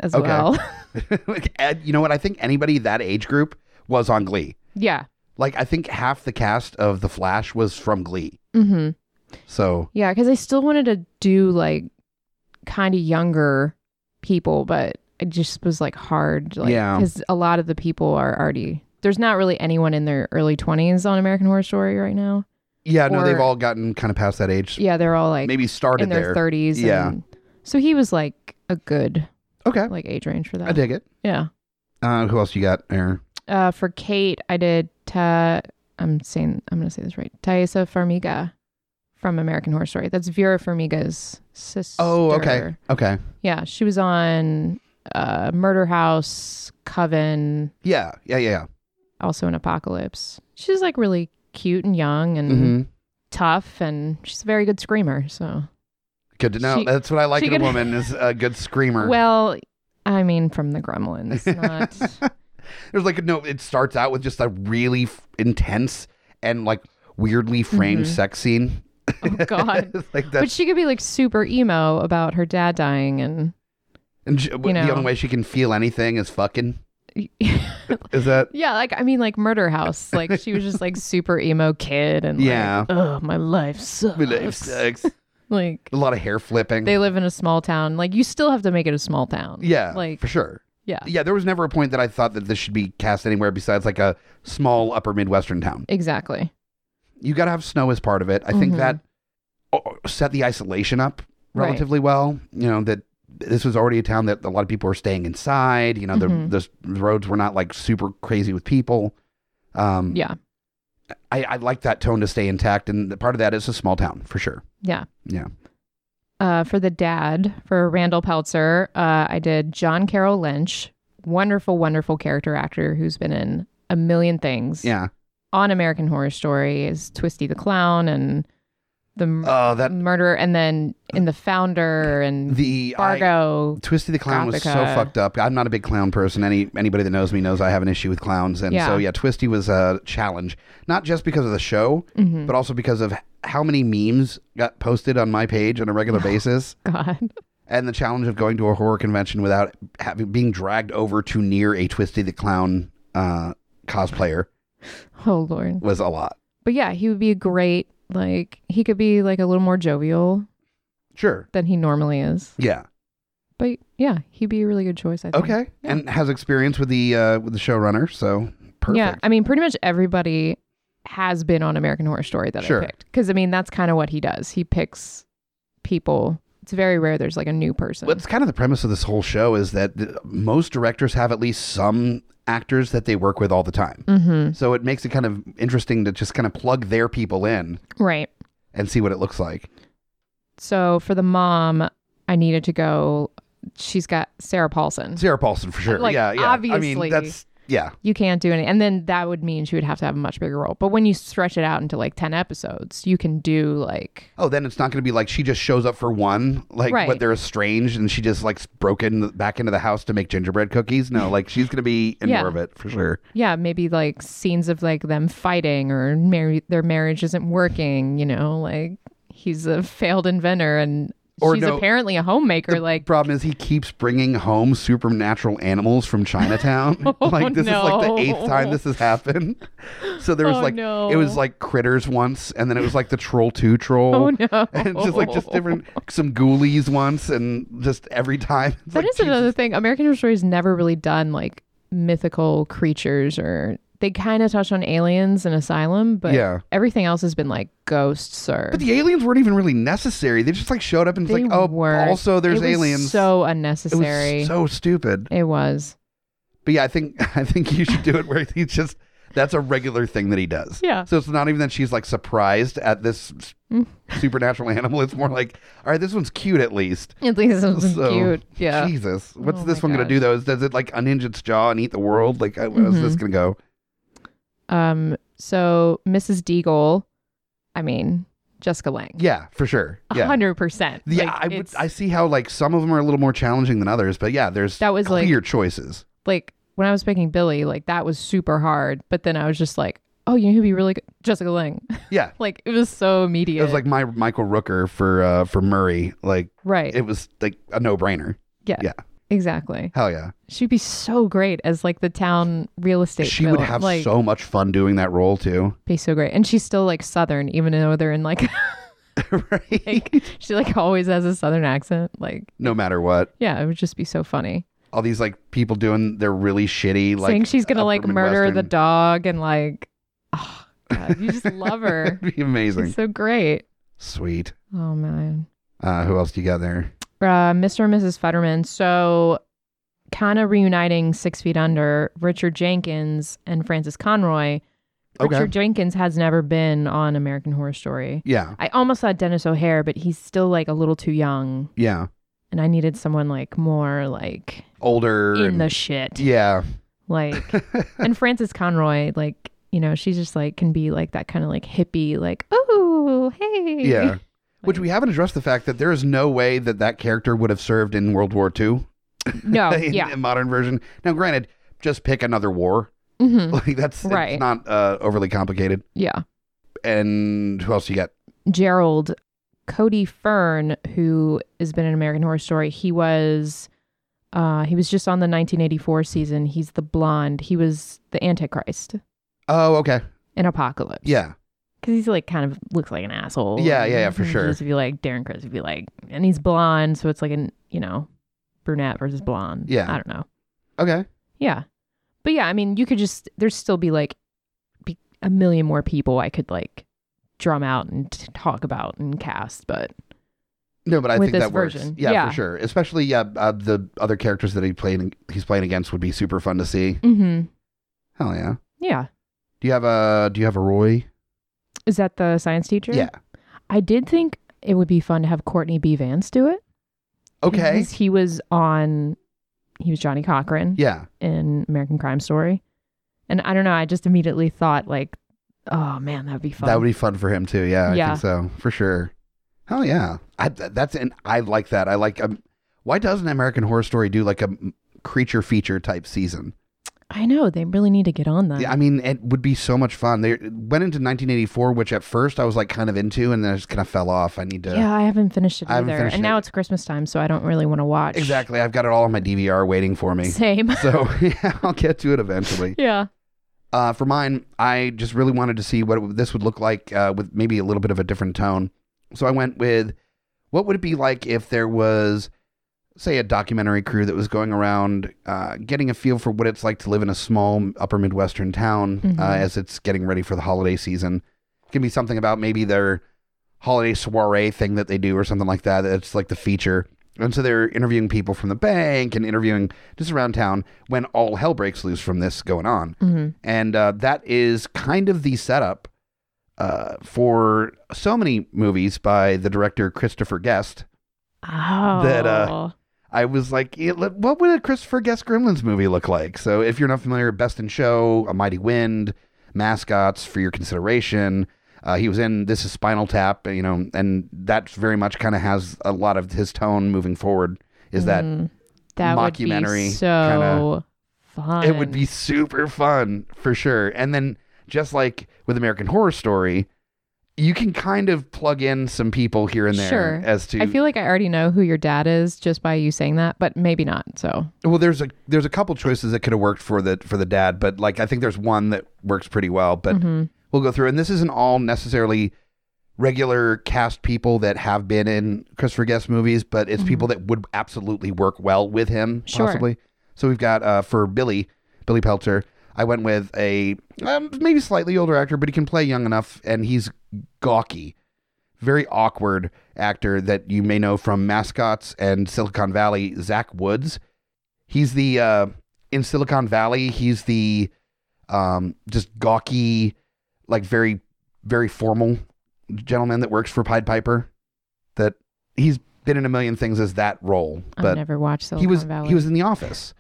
Speaker 3: as
Speaker 2: Okay.
Speaker 3: well.
Speaker 2: Like, Ed, you know what? I think anybody that age group was on Glee.
Speaker 3: yeah.
Speaker 2: Like I think half the cast of The Flash was from Glee.
Speaker 3: hmm
Speaker 2: So
Speaker 3: Yeah, because I still wanted to do like kind of younger people, but it just was like hard. Like,
Speaker 2: Yeah.
Speaker 3: Because a lot of the people are already, there's not really anyone in their early 20s on American Horror Story right now.
Speaker 2: yeah, no,
Speaker 3: Or-
Speaker 2: they've all gotten kind of past that age.
Speaker 3: Yeah, they're all like
Speaker 2: Maybe started
Speaker 3: in their
Speaker 2: there.
Speaker 3: 30s.
Speaker 2: Yeah.
Speaker 3: and- so he was like a good
Speaker 2: Okay.
Speaker 3: like age range for that.
Speaker 2: I dig it.
Speaker 3: Yeah.
Speaker 2: Uh, who else you got there?
Speaker 3: Uh, for Kate, I did, ta- I'm saying, I'm going to say this right, Thaisa Farmiga from American Horror Story. That's Vera Farmiga's sister.
Speaker 2: Oh, okay. Okay.
Speaker 3: Yeah, she was on uh, Murder House, Coven,
Speaker 2: Yeah. Yeah. Yeah.
Speaker 3: also an Apocalypse. She's like really cute and young and
Speaker 2: Mm-hmm.
Speaker 3: tough, and she's a very good screamer. So,
Speaker 2: Good to know.
Speaker 3: She-
Speaker 2: That's what I like
Speaker 3: she
Speaker 2: in a
Speaker 3: could-
Speaker 2: woman is a good screamer.
Speaker 3: well, I mean, from the Gremlins, not
Speaker 2: There's like no. It starts out with just a really f- intense and like weirdly framed
Speaker 3: Mhm.
Speaker 2: sex scene.
Speaker 3: oh god.
Speaker 2: like that.
Speaker 3: But she could be like super emo about her dad dying, and
Speaker 2: And j- w- the
Speaker 3: know.
Speaker 2: only way she can feel anything is fucking. Is that?
Speaker 3: yeah, like I mean, like Murder House, like she was just like super emo kid, and
Speaker 2: Yeah.
Speaker 3: like, oh, my life sucks.
Speaker 2: We love sex.
Speaker 3: Like
Speaker 2: A lot of hair flipping.
Speaker 3: they live in a small town. Like you still have to make it a small town.
Speaker 2: yeah,
Speaker 3: like-
Speaker 2: for sure.
Speaker 3: Yeah.
Speaker 2: Yeah, there was never a point that I thought that this should be cast anywhere besides like a small upper Midwestern town.
Speaker 3: Exactly.
Speaker 2: You got to have snow as part of it. I think
Speaker 3: Mhm.
Speaker 2: that oh, set the isolation up
Speaker 3: Mm-hmm. Right.
Speaker 2: relatively well. You know, that this was already a town that a lot of people were staying inside. You know,
Speaker 3: Mhm.
Speaker 2: the, the roads were not like super crazy with people. Um,
Speaker 3: Yeah.
Speaker 2: I, I like that tone to stay intact. And the part of that is a small town for sure.
Speaker 3: Yeah.
Speaker 2: Yeah.
Speaker 3: Uh, for the dad, for Randall Peltzer, uh, I did John Carroll Lynch, wonderful, wonderful character actor who's been in a million things.
Speaker 2: Yeah.
Speaker 3: On American Horror Story is Twisty the Clown and the m-
Speaker 2: Oh, that
Speaker 3: murderer, and then in The Founder and
Speaker 2: the I-
Speaker 3: Mm-hmm. Fargo.
Speaker 2: Twisty the Clown was so
Speaker 3: Gothica.
Speaker 2: fucked up. I'm not a big clown person. Any anybody that knows me knows I have an issue with clowns, and so
Speaker 3: Yeah.
Speaker 2: yeah, Twisty was a challenge, not just because of the show,
Speaker 3: Mhm.
Speaker 2: but also because of how many memes got posted on my page on a regular basis,
Speaker 3: God.
Speaker 2: and the challenge of going to a horror convention without having being dragged over to near a Twisty the Clown uh, cosplayer
Speaker 3: Oh, Lord.
Speaker 2: was a lot.
Speaker 3: But yeah, he would be a great, like, he could be like a little more jovial
Speaker 2: Sure.
Speaker 3: than he normally is.
Speaker 2: Yeah.
Speaker 3: But yeah, he'd be a really good choice, I think.
Speaker 2: Okay.
Speaker 3: Yeah.
Speaker 2: And has experience with the uh, with the showrunner, so perfect.
Speaker 3: Yeah, I mean, pretty much everybody has been on American Horror Story that
Speaker 2: Sure.
Speaker 3: I picked. Because I mean, that's kind of what he does. He picks people. It's very rare there's like a new person.
Speaker 2: What's kind of the premise of this whole show is that th- most directors have at least some actors that they work with all the time.
Speaker 3: mm-hmm.
Speaker 2: So it makes it kind of interesting to just kind of plug their people in
Speaker 3: Right.
Speaker 2: and see what it looks like.
Speaker 3: So for the mom, I needed to go. She's got Sarah Paulson.
Speaker 2: Sarah Paulson for sure.
Speaker 3: Like,
Speaker 2: yeah, yeah. I
Speaker 3: obviously.
Speaker 2: mean, that's yeah.
Speaker 3: You can't do any. And then that would mean she would have to have a much bigger role. But when you stretch it out into like 10 episodes, you can do like.
Speaker 2: Oh, then it's not going to be like she just shows up for one, like,
Speaker 3: Right.
Speaker 2: but they're estranged and she just like broke in back into the house to make gingerbread cookies. No, like she's going to be in
Speaker 3: Yeah.
Speaker 2: more of it for sure.
Speaker 3: yeah, maybe like scenes of like them fighting or mar- their marriage isn't working, you know, like he's a failed inventor and
Speaker 2: Or
Speaker 3: she's
Speaker 2: no-
Speaker 3: apparently a homemaker. like,
Speaker 2: Problem is, he keeps bringing home supernatural animals from Chinatown. like this is like the eighth time
Speaker 3: Oh, no.
Speaker 2: this has happened. So there was
Speaker 3: Oh,
Speaker 2: like it
Speaker 3: no.
Speaker 2: was like critters once, and then it was like the troll two troll.
Speaker 3: oh no.
Speaker 2: And just like just different some ghoulies once, and just every time. It's
Speaker 3: That
Speaker 2: like,
Speaker 3: is another thing. American Horror Story has never really done like mythical creatures or they kind of touch on aliens and asylum, but
Speaker 2: Yeah.
Speaker 3: everything else has been like ghosts or.
Speaker 2: But the aliens weren't even really necessary. They just like showed up and it's
Speaker 3: they
Speaker 2: like, oh,
Speaker 3: weren't.
Speaker 2: also there's
Speaker 3: It was
Speaker 2: aliens. it
Speaker 3: So
Speaker 2: was
Speaker 3: unnecessary.
Speaker 2: so stupid.
Speaker 3: it was.
Speaker 2: But yeah, I think I think you should do it where he's just that's a regular thing that he does.
Speaker 3: Yeah.
Speaker 2: So it's not even that she's like surprised at this s-
Speaker 3: Mm.
Speaker 2: supernatural animal. It's more like, all right, this one's cute at least.
Speaker 3: At least it was
Speaker 2: So,
Speaker 3: cute. Yeah.
Speaker 2: Jesus, what's
Speaker 3: Oh
Speaker 2: this
Speaker 3: my
Speaker 2: one going to do though? Is, does it like unhinge its jaw and eat the world? Like, how- how's
Speaker 3: Mm-hmm.
Speaker 2: this going to go?
Speaker 3: Um, so Mrs. Deagle, I mean, Jessica Lang.
Speaker 2: Yeah, for sure.
Speaker 3: a
Speaker 2: Yeah.
Speaker 3: hundred percent.
Speaker 2: Yeah,
Speaker 3: Like,
Speaker 2: I would.
Speaker 3: it's-
Speaker 2: I see how like some of them are a little more challenging than others, but yeah, there's
Speaker 3: That was, like-
Speaker 2: clear choices.
Speaker 3: like when I was picking Billy, like that was super hard. But then I was just like, oh, you know who'd be really good? Jessica Lang.
Speaker 2: Yeah,
Speaker 3: like it was so immediate.
Speaker 2: It was like my Michael Rooker for uh, for Murray. Like
Speaker 3: right,
Speaker 2: it was like a no brainer.
Speaker 3: exactly.
Speaker 2: Hell yeah,
Speaker 3: She'd be so great as like the town real estate.
Speaker 2: she would
Speaker 3: villain.
Speaker 2: have
Speaker 3: like,
Speaker 2: so much fun doing that role too.
Speaker 3: be so great, and she's still like Southern, even though they're in like,
Speaker 2: right?
Speaker 3: like she like always has a Southern accent. Like,
Speaker 2: no matter what,
Speaker 3: yeah, it would just be so funny.
Speaker 2: all these like people doing their really shitty like
Speaker 3: saying she's gonna
Speaker 2: upper
Speaker 3: like murder the
Speaker 2: Midwestern-
Speaker 3: dog and like oh, God, you just love her
Speaker 2: It'd be
Speaker 3: She's
Speaker 2: amazing,
Speaker 3: so great
Speaker 2: sweet.
Speaker 3: oh man
Speaker 2: Uh, who else do you got there?
Speaker 3: uh, mr and mrs fetterman so kind of reuniting six feet under richard jenkins and francis conroy
Speaker 2: Okay.
Speaker 3: richard jenkins has never been on american horror story
Speaker 2: Yeah,
Speaker 3: i almost thought dennis o'hare but he's still like a little too young
Speaker 2: yeah,
Speaker 3: and i needed someone like more like
Speaker 2: older.
Speaker 3: in
Speaker 2: and-
Speaker 3: the shit
Speaker 2: yeah,
Speaker 3: like and Frances Conroy, like, you know, she's just like can be like that kind of like hippie, like, oh, hey.
Speaker 2: yeah. Which we haven't addressed the fact that there is no way that that character would have served in World War II.
Speaker 3: No,
Speaker 2: in,
Speaker 3: Oh, yeah.
Speaker 2: in modern version. Now, granted, just pick another war.
Speaker 3: hmm
Speaker 2: Like that's it's
Speaker 3: Right.
Speaker 2: not uh, overly complicated.
Speaker 3: Yeah.
Speaker 2: And who else you got?
Speaker 3: Gerald Cody Fern, who has been in American Horror Story, he was uh he was just on the 1984 season. He's the blonde. He was the Antichrist
Speaker 2: Oh, okay.
Speaker 3: in Apocalypse.
Speaker 2: Yeah.
Speaker 3: Because he's like kind of looks like an asshole.
Speaker 2: Yeah, yeah, yeah, for
Speaker 3: He'd
Speaker 2: sure.
Speaker 3: Just be like Darren Chris would be like, and he's blonde, so it's like an you know, brunette versus blonde.
Speaker 2: Yeah.
Speaker 3: I don't know.
Speaker 2: Okay.
Speaker 3: Yeah. But yeah, I mean, you could just there's still be like be a million more people I could like drum out and t- talk about and cast, but
Speaker 2: No, but I
Speaker 3: With
Speaker 2: think
Speaker 3: this
Speaker 2: that works.
Speaker 3: version.
Speaker 2: Yeah,
Speaker 3: Yeah.
Speaker 2: for sure. Especially yeah, uh, the other characters that he playing he's playing against would be super fun to see.
Speaker 3: mm-hmm.
Speaker 2: Hell yeah.
Speaker 3: yeah.
Speaker 2: Do you have a Do you have a Roy?
Speaker 3: Is that the science teacher?
Speaker 2: Yeah.
Speaker 3: I did think it would be fun to have Courtney B. Vance do it.
Speaker 2: Okay.
Speaker 3: Because he was on he was Johnny Cochran
Speaker 2: yeah.
Speaker 3: in American Crime Story. And I don't know, I just immediately thought like, oh man, that'd be fun.
Speaker 2: That would be fun for him too. Yeah, I
Speaker 3: Yeah.
Speaker 2: think so for sure. Hell yeah. I th- that's and I like that. I like. Um, why doesn't American Horror Story do like a m- creature feature type season?
Speaker 3: I know, they really need to get on that.
Speaker 2: Yeah, I mean, it would be so much fun. They went into 1984, which at first I was like kind of into, and then I just kind of fell off. I need to.
Speaker 3: Yeah, I haven't finished it
Speaker 2: I haven't
Speaker 3: either.
Speaker 2: finished
Speaker 3: and now
Speaker 2: it.
Speaker 3: it's Christmas time, so I don't really want to watch.
Speaker 2: Exactly. I've got it all on my DVR waiting for me.
Speaker 3: Same.
Speaker 2: So yeah, I'll get to it eventually.
Speaker 3: yeah.
Speaker 2: Uh, for mine, I just really wanted to see what it, this would look like uh, with maybe a little bit of a different tone. So I went with what would it be like if there was say a documentary crew that was going around uh, getting a feel for what it's like to live in a small upper midwestern town uh, as it's getting ready for the holiday season it can be something about maybe their holiday soiree thing that they do or something like that it's like the feature and so they're interviewing people from the bank and interviewing just around town when all hell breaks loose from this going on
Speaker 3: Mhm.
Speaker 2: and uh, that is kind of the setup uh, for so many movies by the director christopher guest
Speaker 3: Oh.
Speaker 2: That, uh, I was like, "Yeah, let- what would a Christopher Guest Gremlins movie look like? So, if you're not familiar, Best in Show, A Mighty Wind, Mascots for your consideration. Uh, he was in This Is Spinal Tap, you know, and that very much kind of has a lot of his tone moving forward. Is that
Speaker 3: Mm. that would
Speaker 2: mockumentary
Speaker 3: be
Speaker 2: kinda-
Speaker 3: so fun.
Speaker 2: it would be super fun for sure. And then, just like with American Horror Story, you can kind of plug in some people here and there
Speaker 3: Sure.
Speaker 2: as to
Speaker 3: I feel like I already know who your dad is just by you saying that, but maybe not. So
Speaker 2: Well, there's a there's a couple choices that could have worked for the for the dad, but like I think there's one that works pretty well. But
Speaker 3: Mhm.
Speaker 2: we'll go through, and this isn't all necessarily regular cast people that have been in Christopher Guest movies, but it's people that would absolutely work well with him,
Speaker 3: Sure.
Speaker 2: possibly. So we've got uh, for Billy Billy Pelter, I went with a um, maybe slightly older actor, but he can play young enough, and he's gawky very awkward actor that you may know from Mascots and Silicon Valley, Zach Woods. He's the uh, in Silicon Valley. He's the um, just gawky, like very very formal gentleman that works for Pied Piper. That he's been in a million things as that role,
Speaker 3: I've
Speaker 2: but
Speaker 3: never watched Silicon
Speaker 2: he was
Speaker 3: Valley.
Speaker 2: he was in The Office.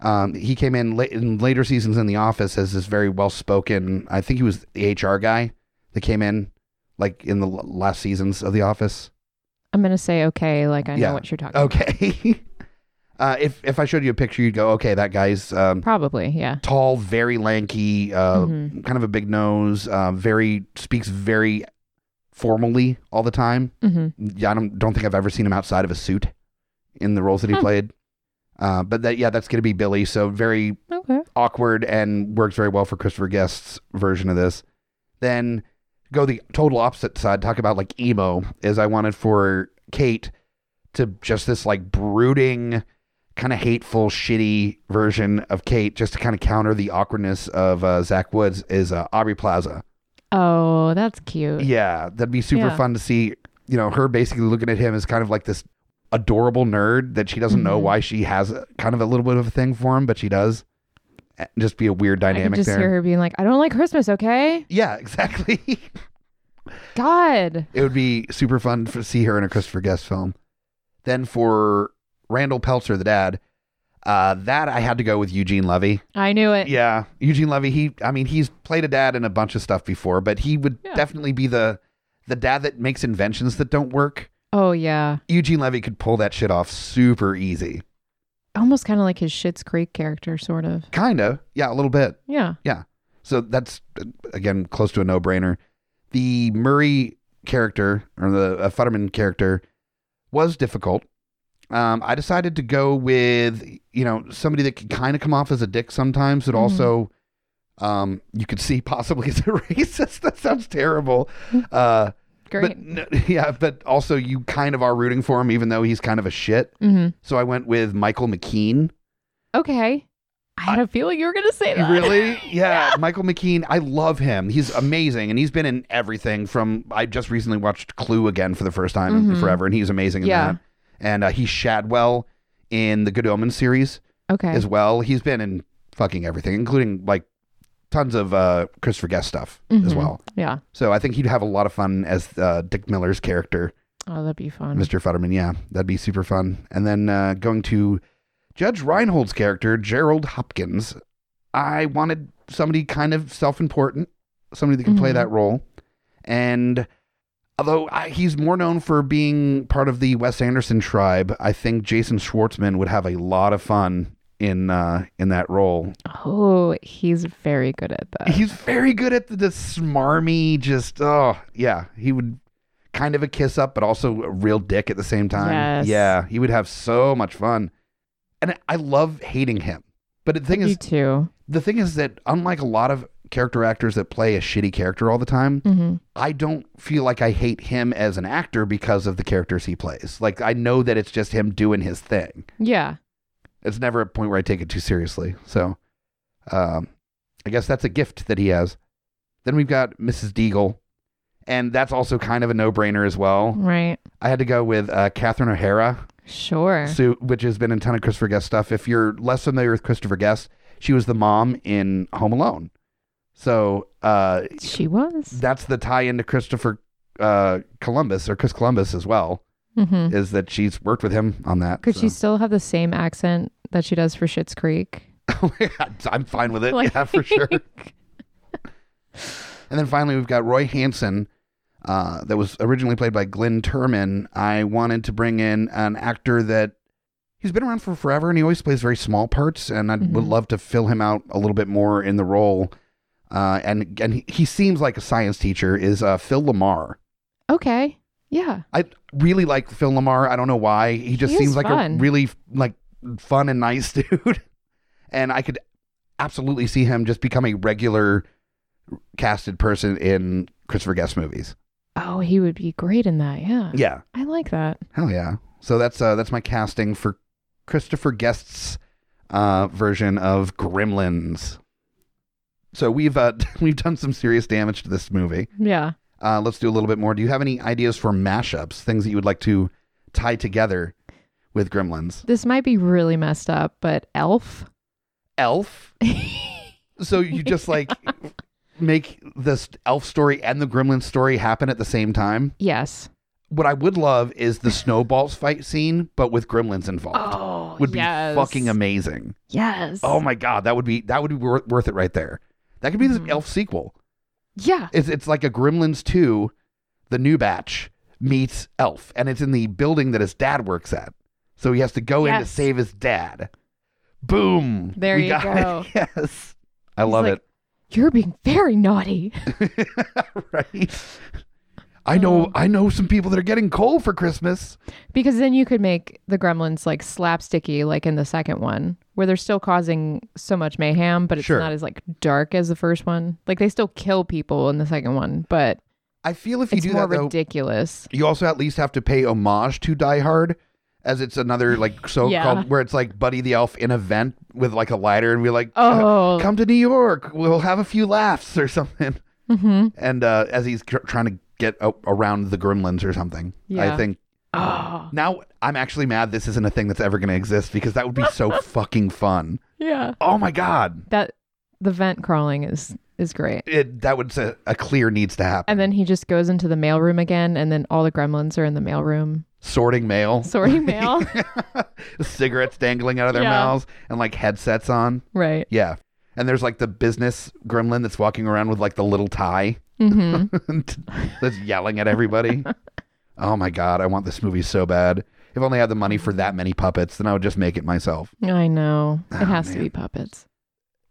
Speaker 2: Um, he came in, la- in later seasons in The Office as this very well spoken. I think he was the HR guy that came in like in the l- last seasons of The Office.
Speaker 3: I'm gonna say okay, like I
Speaker 2: Yeah.
Speaker 3: know what you're talking. about.
Speaker 2: Okay. uh, if if I showed you a picture, you'd go, okay, that guy's um,
Speaker 3: Probably, yeah.
Speaker 2: tall, very lanky, uh,
Speaker 3: Mhm.
Speaker 2: kind of a big nose, uh, very speaks very formally all the time.
Speaker 3: hmm
Speaker 2: yeah, I don't, don't think I've ever seen him outside of a suit in the roles that he
Speaker 3: Hmm.
Speaker 2: played. Uh, but that, yeah, that's going to be Billy. So very
Speaker 3: Okay.
Speaker 2: awkward and works very well for Christopher Guest's version of this. Then go the total opposite side, talk about like emo, is I wanted for Kate to just this like brooding, kind of hateful, shitty version of Kate, just to kind of counter the awkwardness of uh, Zach Woods, is uh, Aubrey Plaza.
Speaker 3: Oh, that's cute.
Speaker 2: Yeah, that'd be super
Speaker 3: Yeah.
Speaker 2: fun to see. You know, her basically looking at him as kind of like this adorable nerd that she doesn't know
Speaker 3: Mhm.
Speaker 2: why she has a, kind of a little bit of a thing for him, but she does. Eh, Just be a weird
Speaker 3: I can
Speaker 2: dynamic
Speaker 3: just
Speaker 2: there.
Speaker 3: hear her being like, "I don't like Christmas." Okay,
Speaker 2: Yeah, exactly.
Speaker 3: God.
Speaker 2: it would be super fun to see her in a Christopher Guest film. Then for Randall Peltzer, the dad, uh, that I had to go with Eugene Levy.
Speaker 3: I knew it.
Speaker 2: Yeah, Eugene Levy. He, I mean, he's played a dad in a bunch of stuff before, but he would
Speaker 3: Yeah.
Speaker 2: definitely be the the dad that makes inventions that don't work.
Speaker 3: Oh yeah.
Speaker 2: Eugene Levy could pull that shit off super easy.
Speaker 3: Almost kind of like his Schitt's Creek character, sort of.
Speaker 2: Kind of. Yeah, a little bit.
Speaker 3: Yeah.
Speaker 2: So that's, uh, again, close to a no brainer. The Murray character, or the uh, Futterman character, was difficult. Um, I decided to go with, you know, somebody that could kind of come off as a dick sometimes, but
Speaker 3: Mhm.
Speaker 2: also um, you could see possibly as a racist. that sounds terrible. Uh,
Speaker 3: Great.
Speaker 2: But, n- yeah, but also you kind of are rooting for him, even though he's kind of a shit.
Speaker 3: hmm
Speaker 2: So I went with Michael McKean.
Speaker 3: Okay. I had a feeling you were gonna say that.
Speaker 2: Really? Yeah. Michael McKean, I love him. He's amazing. And he's been in everything from, I just recently watched Clue again for the first time in
Speaker 3: Mhm.
Speaker 2: forever, and he's amazing in
Speaker 3: Yeah.
Speaker 2: that. And uh, he's Shadwell in the Good Omens series
Speaker 3: Okay.
Speaker 2: as well. He's been in fucking everything, including like tons of uh, Christopher Guest stuff as
Speaker 3: Mhm.
Speaker 2: well.
Speaker 3: yeah.
Speaker 2: So I think he'd have a lot of fun as uh, Dick Miller's character.
Speaker 3: Oh, that'd be fun.
Speaker 2: Mr. Futterman, yeah, that'd be super fun. And then uh, going to Judge Reinhold's character, Gerald Hopkins. I wanted somebody kind of self important, somebody that can play
Speaker 3: Mhm.
Speaker 2: that role. And although I, he's more known for being part of the Wes Anderson tribe, I think Jason Schwartzman would have a lot of fun in uh, in that role.
Speaker 3: Oh, he's very good at that.
Speaker 2: He's very good at the, the smarmy, just oh yeah, he would kind of a kiss up, but also a real dick at the same time.
Speaker 3: Yes.
Speaker 2: Yeah, he would have so much fun, and I love hating him. But the thing
Speaker 3: you
Speaker 2: is,
Speaker 3: too.
Speaker 2: the thing is that unlike a lot of character actors that play a shitty character all the time.
Speaker 3: Mhm.
Speaker 2: I don't feel like I hate him as an actor because of the characters he plays. Like I know that it's just him doing his thing.
Speaker 3: Yeah.
Speaker 2: It's never a point where I take it too seriously. So, um, I guess that's a gift that he has. Then we've got Mrs. Deagle, and that's also kind of a no-brainer as well.
Speaker 3: Right.
Speaker 2: I had to go with uh, Catherine O'Hara,
Speaker 3: Sure.
Speaker 2: so, which has been in a ton of Christopher Guest stuff. If you're less familiar with Christopher Guest, she was the mom in Home Alone. So, uh,
Speaker 3: She was.
Speaker 2: that's the tie into Christopher uh, Columbus or Chris Columbus as well,
Speaker 3: Mm-hmm.
Speaker 2: is that she's worked with him on that.
Speaker 3: Could
Speaker 2: so.
Speaker 3: she still have the same accent that she does for Schitt's Creek?
Speaker 2: Oh my God, I'm fine with it.
Speaker 3: Like-
Speaker 2: yeah, for sure. And then finally, we've got Roy Hansen, uh, that was originally played by Glenn Turman. I wanted to bring in an actor that he's been around for forever and he always plays very small parts, and I would
Speaker 3: Mhm.
Speaker 2: love to fill him out a little bit more in the role. Uh, and and he, he seems like a science teacher. Is uh, Phil Lamar?
Speaker 3: Okay. Yeah.
Speaker 2: I really like Phil Lamar. I don't know why. He just
Speaker 3: He
Speaker 2: seems
Speaker 3: is
Speaker 2: like a
Speaker 3: fun.
Speaker 2: really like fun and nice dude. and I could absolutely see him just become a regular casted person in Christopher Guest movies.
Speaker 3: Oh, he would be great in that. Yeah.
Speaker 2: Yeah.
Speaker 3: I like that.
Speaker 2: Hell yeah. So that's uh that's my casting for Christopher Guest's uh version of Gremlins. So we've uh we've done some serious damage to this movie.
Speaker 3: Yeah.
Speaker 2: Uh, let's do a little bit more. Do you have any ideas for mashups, things that you would like to tie together with Gremlins?
Speaker 3: This might be really messed up, but Elf.
Speaker 2: Elf. so you just like make this elf story and the gremlin story happen at the same time.
Speaker 3: Yes.
Speaker 2: What I would love is the snowballs fight scene, but with gremlins involved.
Speaker 3: Oh,
Speaker 2: would
Speaker 3: yes.
Speaker 2: be fucking amazing.
Speaker 3: Yes.
Speaker 2: Oh my god, that would be that would be worth, worth it right there. That could be the
Speaker 3: Mhm.
Speaker 2: elf sequel.
Speaker 3: Yeah.
Speaker 2: It's it's like a Gremlins 2, the new batch meets Elf, and it's in the building that his dad works at. So he has to go in to
Speaker 3: Yes.
Speaker 2: save his dad. Boom.
Speaker 3: There
Speaker 2: We
Speaker 3: you
Speaker 2: got
Speaker 3: go.
Speaker 2: It. Yes. I
Speaker 3: He's
Speaker 2: love
Speaker 3: like, You're being very naughty.
Speaker 2: it. right. I know
Speaker 3: Um,
Speaker 2: I know some people that are getting coal for Christmas.
Speaker 3: Because then you could make the gremlins like slapsticky, like in the second one, where they're still causing so much mayhem, but it's
Speaker 2: Sure.
Speaker 3: not as like dark as the first one. Like they still kill people in the second one, but
Speaker 2: I feel if you
Speaker 3: it's
Speaker 2: do
Speaker 3: more
Speaker 2: that though,
Speaker 3: ridiculous.
Speaker 2: you also at least have to pay homage to Die Hard, as it's another like so called
Speaker 3: Yeah.
Speaker 2: where it's like Buddy the Elf in a vent with like a lighter and we're like
Speaker 3: Oh.
Speaker 2: come to New York, we'll have a few laughs or something.
Speaker 3: Mm-hmm.
Speaker 2: And uh, as he's tr- trying to get a- around the gremlins or something, I
Speaker 3: Yeah.
Speaker 2: think
Speaker 3: Oh.
Speaker 2: now I'm actually mad this isn't a thing that's ever going to exist because that would be so fucking fun.
Speaker 3: Yeah.
Speaker 2: Oh my god,
Speaker 3: That the vent crawling is is great.
Speaker 2: it, that would say a clear needs to happen.
Speaker 3: And then he just goes into the mailroom again, and then all the gremlins are in the mailroom
Speaker 2: Sorting mail,
Speaker 3: sorting mail.
Speaker 2: cigarettes dangling out of their
Speaker 3: Yeah.
Speaker 2: mouths, and like headsets on.
Speaker 3: right.
Speaker 2: Yeah. And there's like the business gremlin that's walking around with like the little tie
Speaker 3: hmm
Speaker 2: that's yelling at everybody. oh my God, I want this movie so bad. If only I had the money for that many puppets, then I would just make it myself.
Speaker 3: I know.
Speaker 2: Oh,
Speaker 3: it has to
Speaker 2: man.
Speaker 3: be puppets.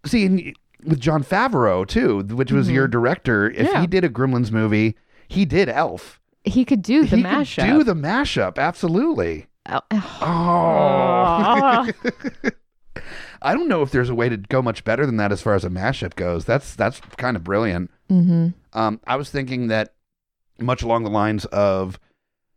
Speaker 2: See, and with John Favreau too, which was
Speaker 3: Mhm.
Speaker 2: your director, if
Speaker 3: Yeah.
Speaker 2: he did a Gremlins movie, he did Elf.
Speaker 3: He could do the
Speaker 2: he
Speaker 3: mashup.
Speaker 2: Could do the mashup, absolutely.
Speaker 3: Oh, oh.
Speaker 2: Oh.
Speaker 3: Aw.
Speaker 2: I don't know if there's a way to go much better than that as far as a mashup goes. That's that's kind of brilliant.
Speaker 3: Mm-hmm.
Speaker 2: Um, I was thinking that much along the lines of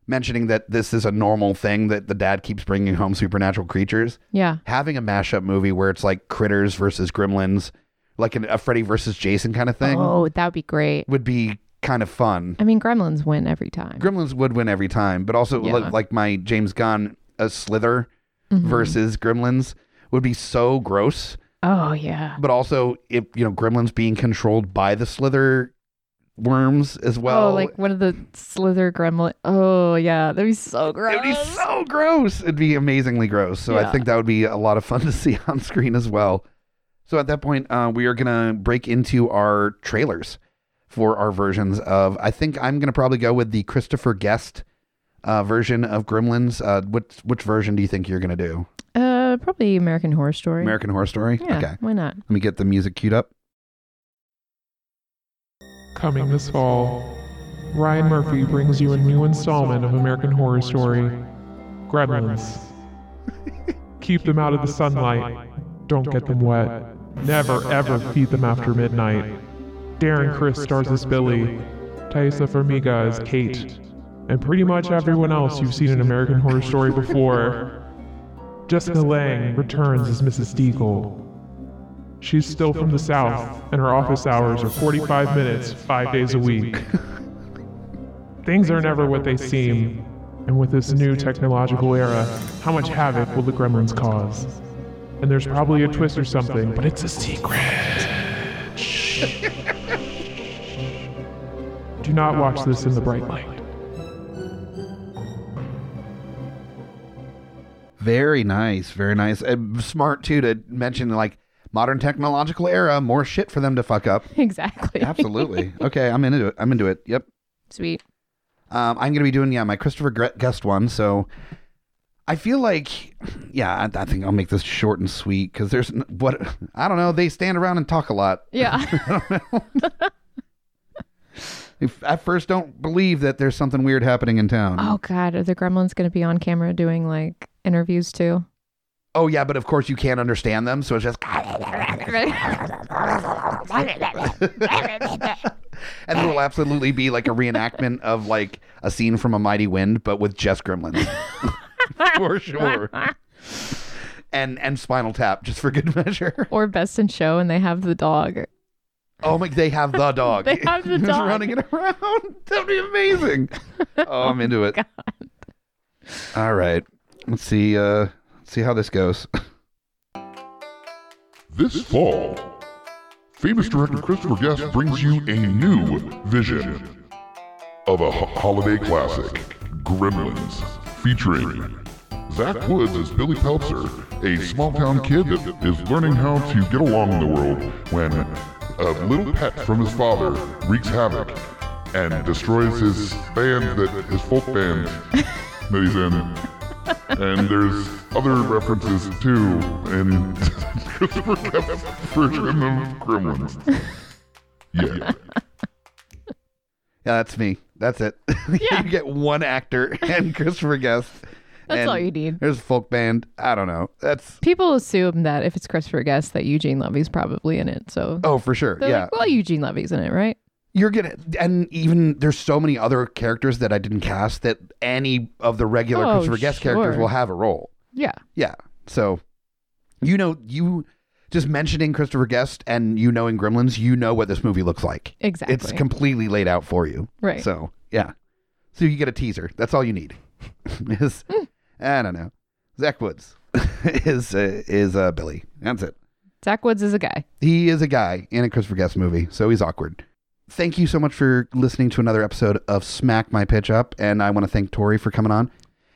Speaker 2: mentioning that this is a normal thing that the dad keeps bringing home supernatural creatures,
Speaker 3: Yeah.
Speaker 2: having a mashup movie where it's like critters versus gremlins, like an, a Freddy versus Jason kind of thing,
Speaker 3: Oh, that would be great.
Speaker 2: would be kind of fun.
Speaker 3: I mean, gremlins win every time.
Speaker 2: Gremlins would win every time, but also
Speaker 3: Yeah.
Speaker 2: like, like my James Gunn a Slither
Speaker 3: Mhm.
Speaker 2: versus Gremlins would be so gross,
Speaker 3: Oh, yeah.
Speaker 2: but also if you know Gremlins being controlled by the Slither worms as well.
Speaker 3: oh, like one of the slither gremlin. Oh, yeah. That'd be so gross.
Speaker 2: It would be so gross. It'd be amazingly gross. So I
Speaker 3: Yeah.
Speaker 2: think that would be a lot of fun to see on screen as well. So at that point, uh, we are going to break into our trailers for our versions of. I think I'm going to probably go with the Christopher Guest uh, version of Gremlins. Uh, which which version do you think you're going to do?
Speaker 3: uh, probably American Horror Story.
Speaker 2: American Horror Story.
Speaker 3: Yeah.
Speaker 2: Okay.
Speaker 3: Why not?
Speaker 2: Let me get the music queued up.
Speaker 4: Coming this fall, Ryan Murphy brings you a new installment of American Horror Story Gremlins. Keep them out of the sunlight. Don't get them wet. Never, ever feed them after midnight. Darren Chris stars as Billy, Thaisa Farmiga as Kate, and pretty much everyone else you've seen in American Horror Story before. Jessica Lange returns as Mrs. Deagle. She's still from the South, and her office hours are 45 minutes, five days a week. Things are never what they seem, and with this new technological era, how much havoc will the gremlins cause? And there's probably a twist or something, but it's a secret. Shh. Do not watch this in the bright light.
Speaker 2: Very nice, very nice. And smart too to mention like modern technological era, more shit for them to fuck up.
Speaker 3: Exactly.
Speaker 2: Absolutely. okay, I'm into it. I'm into it. Yep.
Speaker 3: Sweet.
Speaker 2: Um, I'm gonna be doing yeah my Christopher Gre- Guest one. So I feel like yeah I, I think I'll make this short and sweet because there's n- what I don't know. They stand around and talk a lot.
Speaker 3: Yeah.
Speaker 2: If, I first don't believe that there's something weird happening in town.
Speaker 3: oh God, are the gremlins going to be on camera doing like interviews too?
Speaker 2: Oh yeah, but of course you can't understand them, so it's just
Speaker 3: Right.
Speaker 2: and it'll absolutely be like a reenactment of like a scene from A Mighty Wind, but with just gremlins. for sure. And and Spinal Tap, just for good measure.
Speaker 3: or Best in Show, and they have the dog.
Speaker 2: Oh my! They have the dog.
Speaker 3: They have the
Speaker 2: Just
Speaker 3: dog.
Speaker 2: running it around. That'd be amazing. Oh, I'm into it. All right. Let's see. Uh, let's see how this goes.
Speaker 1: This fall, famous director Christopher Guest brings you a new vision of a ho- holiday classic, Gremlins, featuring Zach Woods as Billy Peltzer, a small town kid that is learning how to get along in the world when a little pet from his father wreaks havoc and destroys his band that his folk band that he's in and there's other references too in Christopher Guest's version of Gremlins. Yeah.
Speaker 2: Yeah, that's me. That's it.
Speaker 3: Yeah.
Speaker 2: you get one actor and Christopher Guest.
Speaker 3: That's
Speaker 2: and
Speaker 3: all you need.
Speaker 2: There's a folk band. I don't know. That's
Speaker 3: People assume that if it's Christopher Guest, that Eugene Levy's probably in it. So
Speaker 2: oh for sure.
Speaker 3: they're
Speaker 2: yeah,
Speaker 3: like, well, Eugene Levy's in it, right?
Speaker 2: you're gonna and even there's so many other characters that I didn't cast that any of the regular
Speaker 3: Oh,
Speaker 2: Christopher Guest characters
Speaker 3: sure.
Speaker 2: will have a role.
Speaker 3: Yeah.
Speaker 2: Yeah, so you know you just mentioning Christopher Guest and you knowing Gremlins, you know what this movie looks like.
Speaker 3: Exactly.
Speaker 2: It's completely laid out for you.
Speaker 3: Right.
Speaker 2: So yeah. So you get a teaser. That's all you need. is
Speaker 3: Hmm.
Speaker 2: I don't know. Zach Woods is uh, is uh, Billy. That's it.
Speaker 3: Zach Woods is a guy.
Speaker 2: He is a guy in a Christopher Guest movie, so he's awkward. Thank you so much for listening to another episode of Smack My Pitch Up, and I want to thank Tori for coming on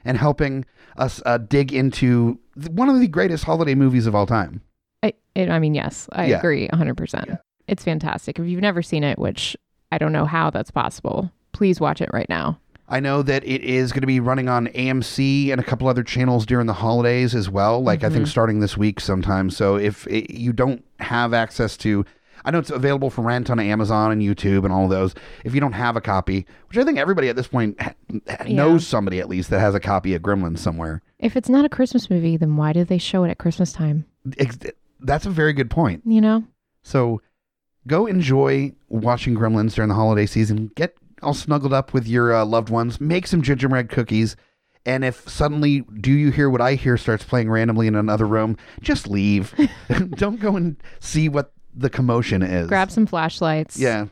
Speaker 2: and helping us uh, dig into th- one of the greatest holiday movies of all time.
Speaker 3: I, it, I mean, yes, I
Speaker 2: Yeah.
Speaker 3: agree 100%.
Speaker 2: Yeah.
Speaker 3: It's fantastic. If you've never seen it, which I don't know how that's possible, please watch it right now.
Speaker 2: I know that it is going to be running on AMC and a couple other channels during the holidays as well. Like I think starting this week sometime. So if it, you don't have access to, I know it's available for rent on Amazon and YouTube and all those. If you don't have a copy, which I think everybody at this point ha- ha-
Speaker 3: Yeah.
Speaker 2: knows somebody at least that has a copy of Gremlins somewhere.
Speaker 3: If it's not a Christmas movie, then why do they show it at Christmas time?
Speaker 2: Ex- That's a very good point.
Speaker 3: You know?
Speaker 2: So go enjoy watching Gremlins during the holiday season. Get all snuggled up with your uh, loved ones. Make some gingerbread cookies. And if suddenly Do You Hear What I Hear starts playing randomly in another room, just leave. Don't go and see what the commotion is.
Speaker 3: Grab some flashlights.
Speaker 2: Yeah.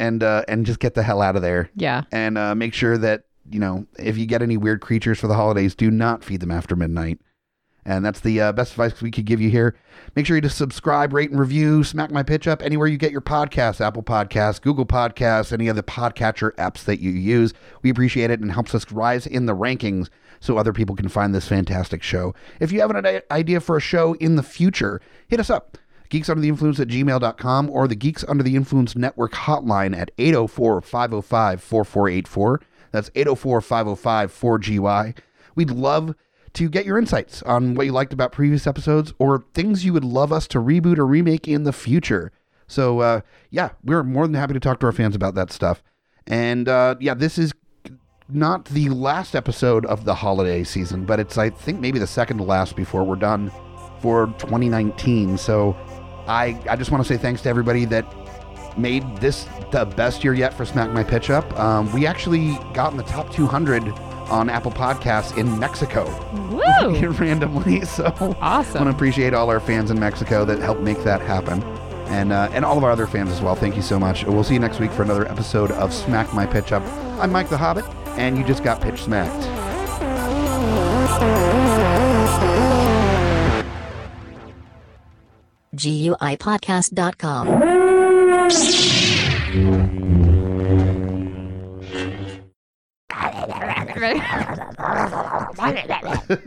Speaker 2: And uh, and just get the hell out of there.
Speaker 3: Yeah.
Speaker 2: And uh, make sure that, you know, if you get any weird creatures for the holidays, do not feed them after midnight. And that's the uh, best advice we could give you here. Make sure you just subscribe, rate, and review. Smack my pitch up anywhere you get your podcasts Apple Podcasts, Google Podcasts, any other podcatcher apps that you use. We appreciate it and helps us rise in the rankings so other people can find this fantastic show. If you have an ide- idea for a show in the future, hit us up. Geeks Under the Influence at gmail.com or the Geeks Under the Influence Network hotline at 804 505 4484. That's 804 505 4GY. We'd love to get your insights on what you liked about previous episodes or things you would love us to reboot or remake in the future. So, uh, yeah, we're more than happy to talk to our fans about that stuff. And uh, yeah, this is not the last episode of the holiday season, but it's, I think, maybe the second to last before we're done for 2019. So, I, I just want to say thanks to everybody that made this the best year yet for Smack My Pitch Up. Um, we actually got in the top 200 on Apple Podcasts in Mexico
Speaker 3: Woo!
Speaker 2: randomly. So I want
Speaker 3: awesome.
Speaker 2: to appreciate all our fans in Mexico that helped make that happen. And, uh, and all of our other fans as well. Thank you so much. We'll see you next week for another episode of Smack My Pitch Up. I'm Mike the Hobbit, and you just got pitch smacked.
Speaker 5: GUIPodcast.com.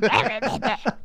Speaker 3: Ready?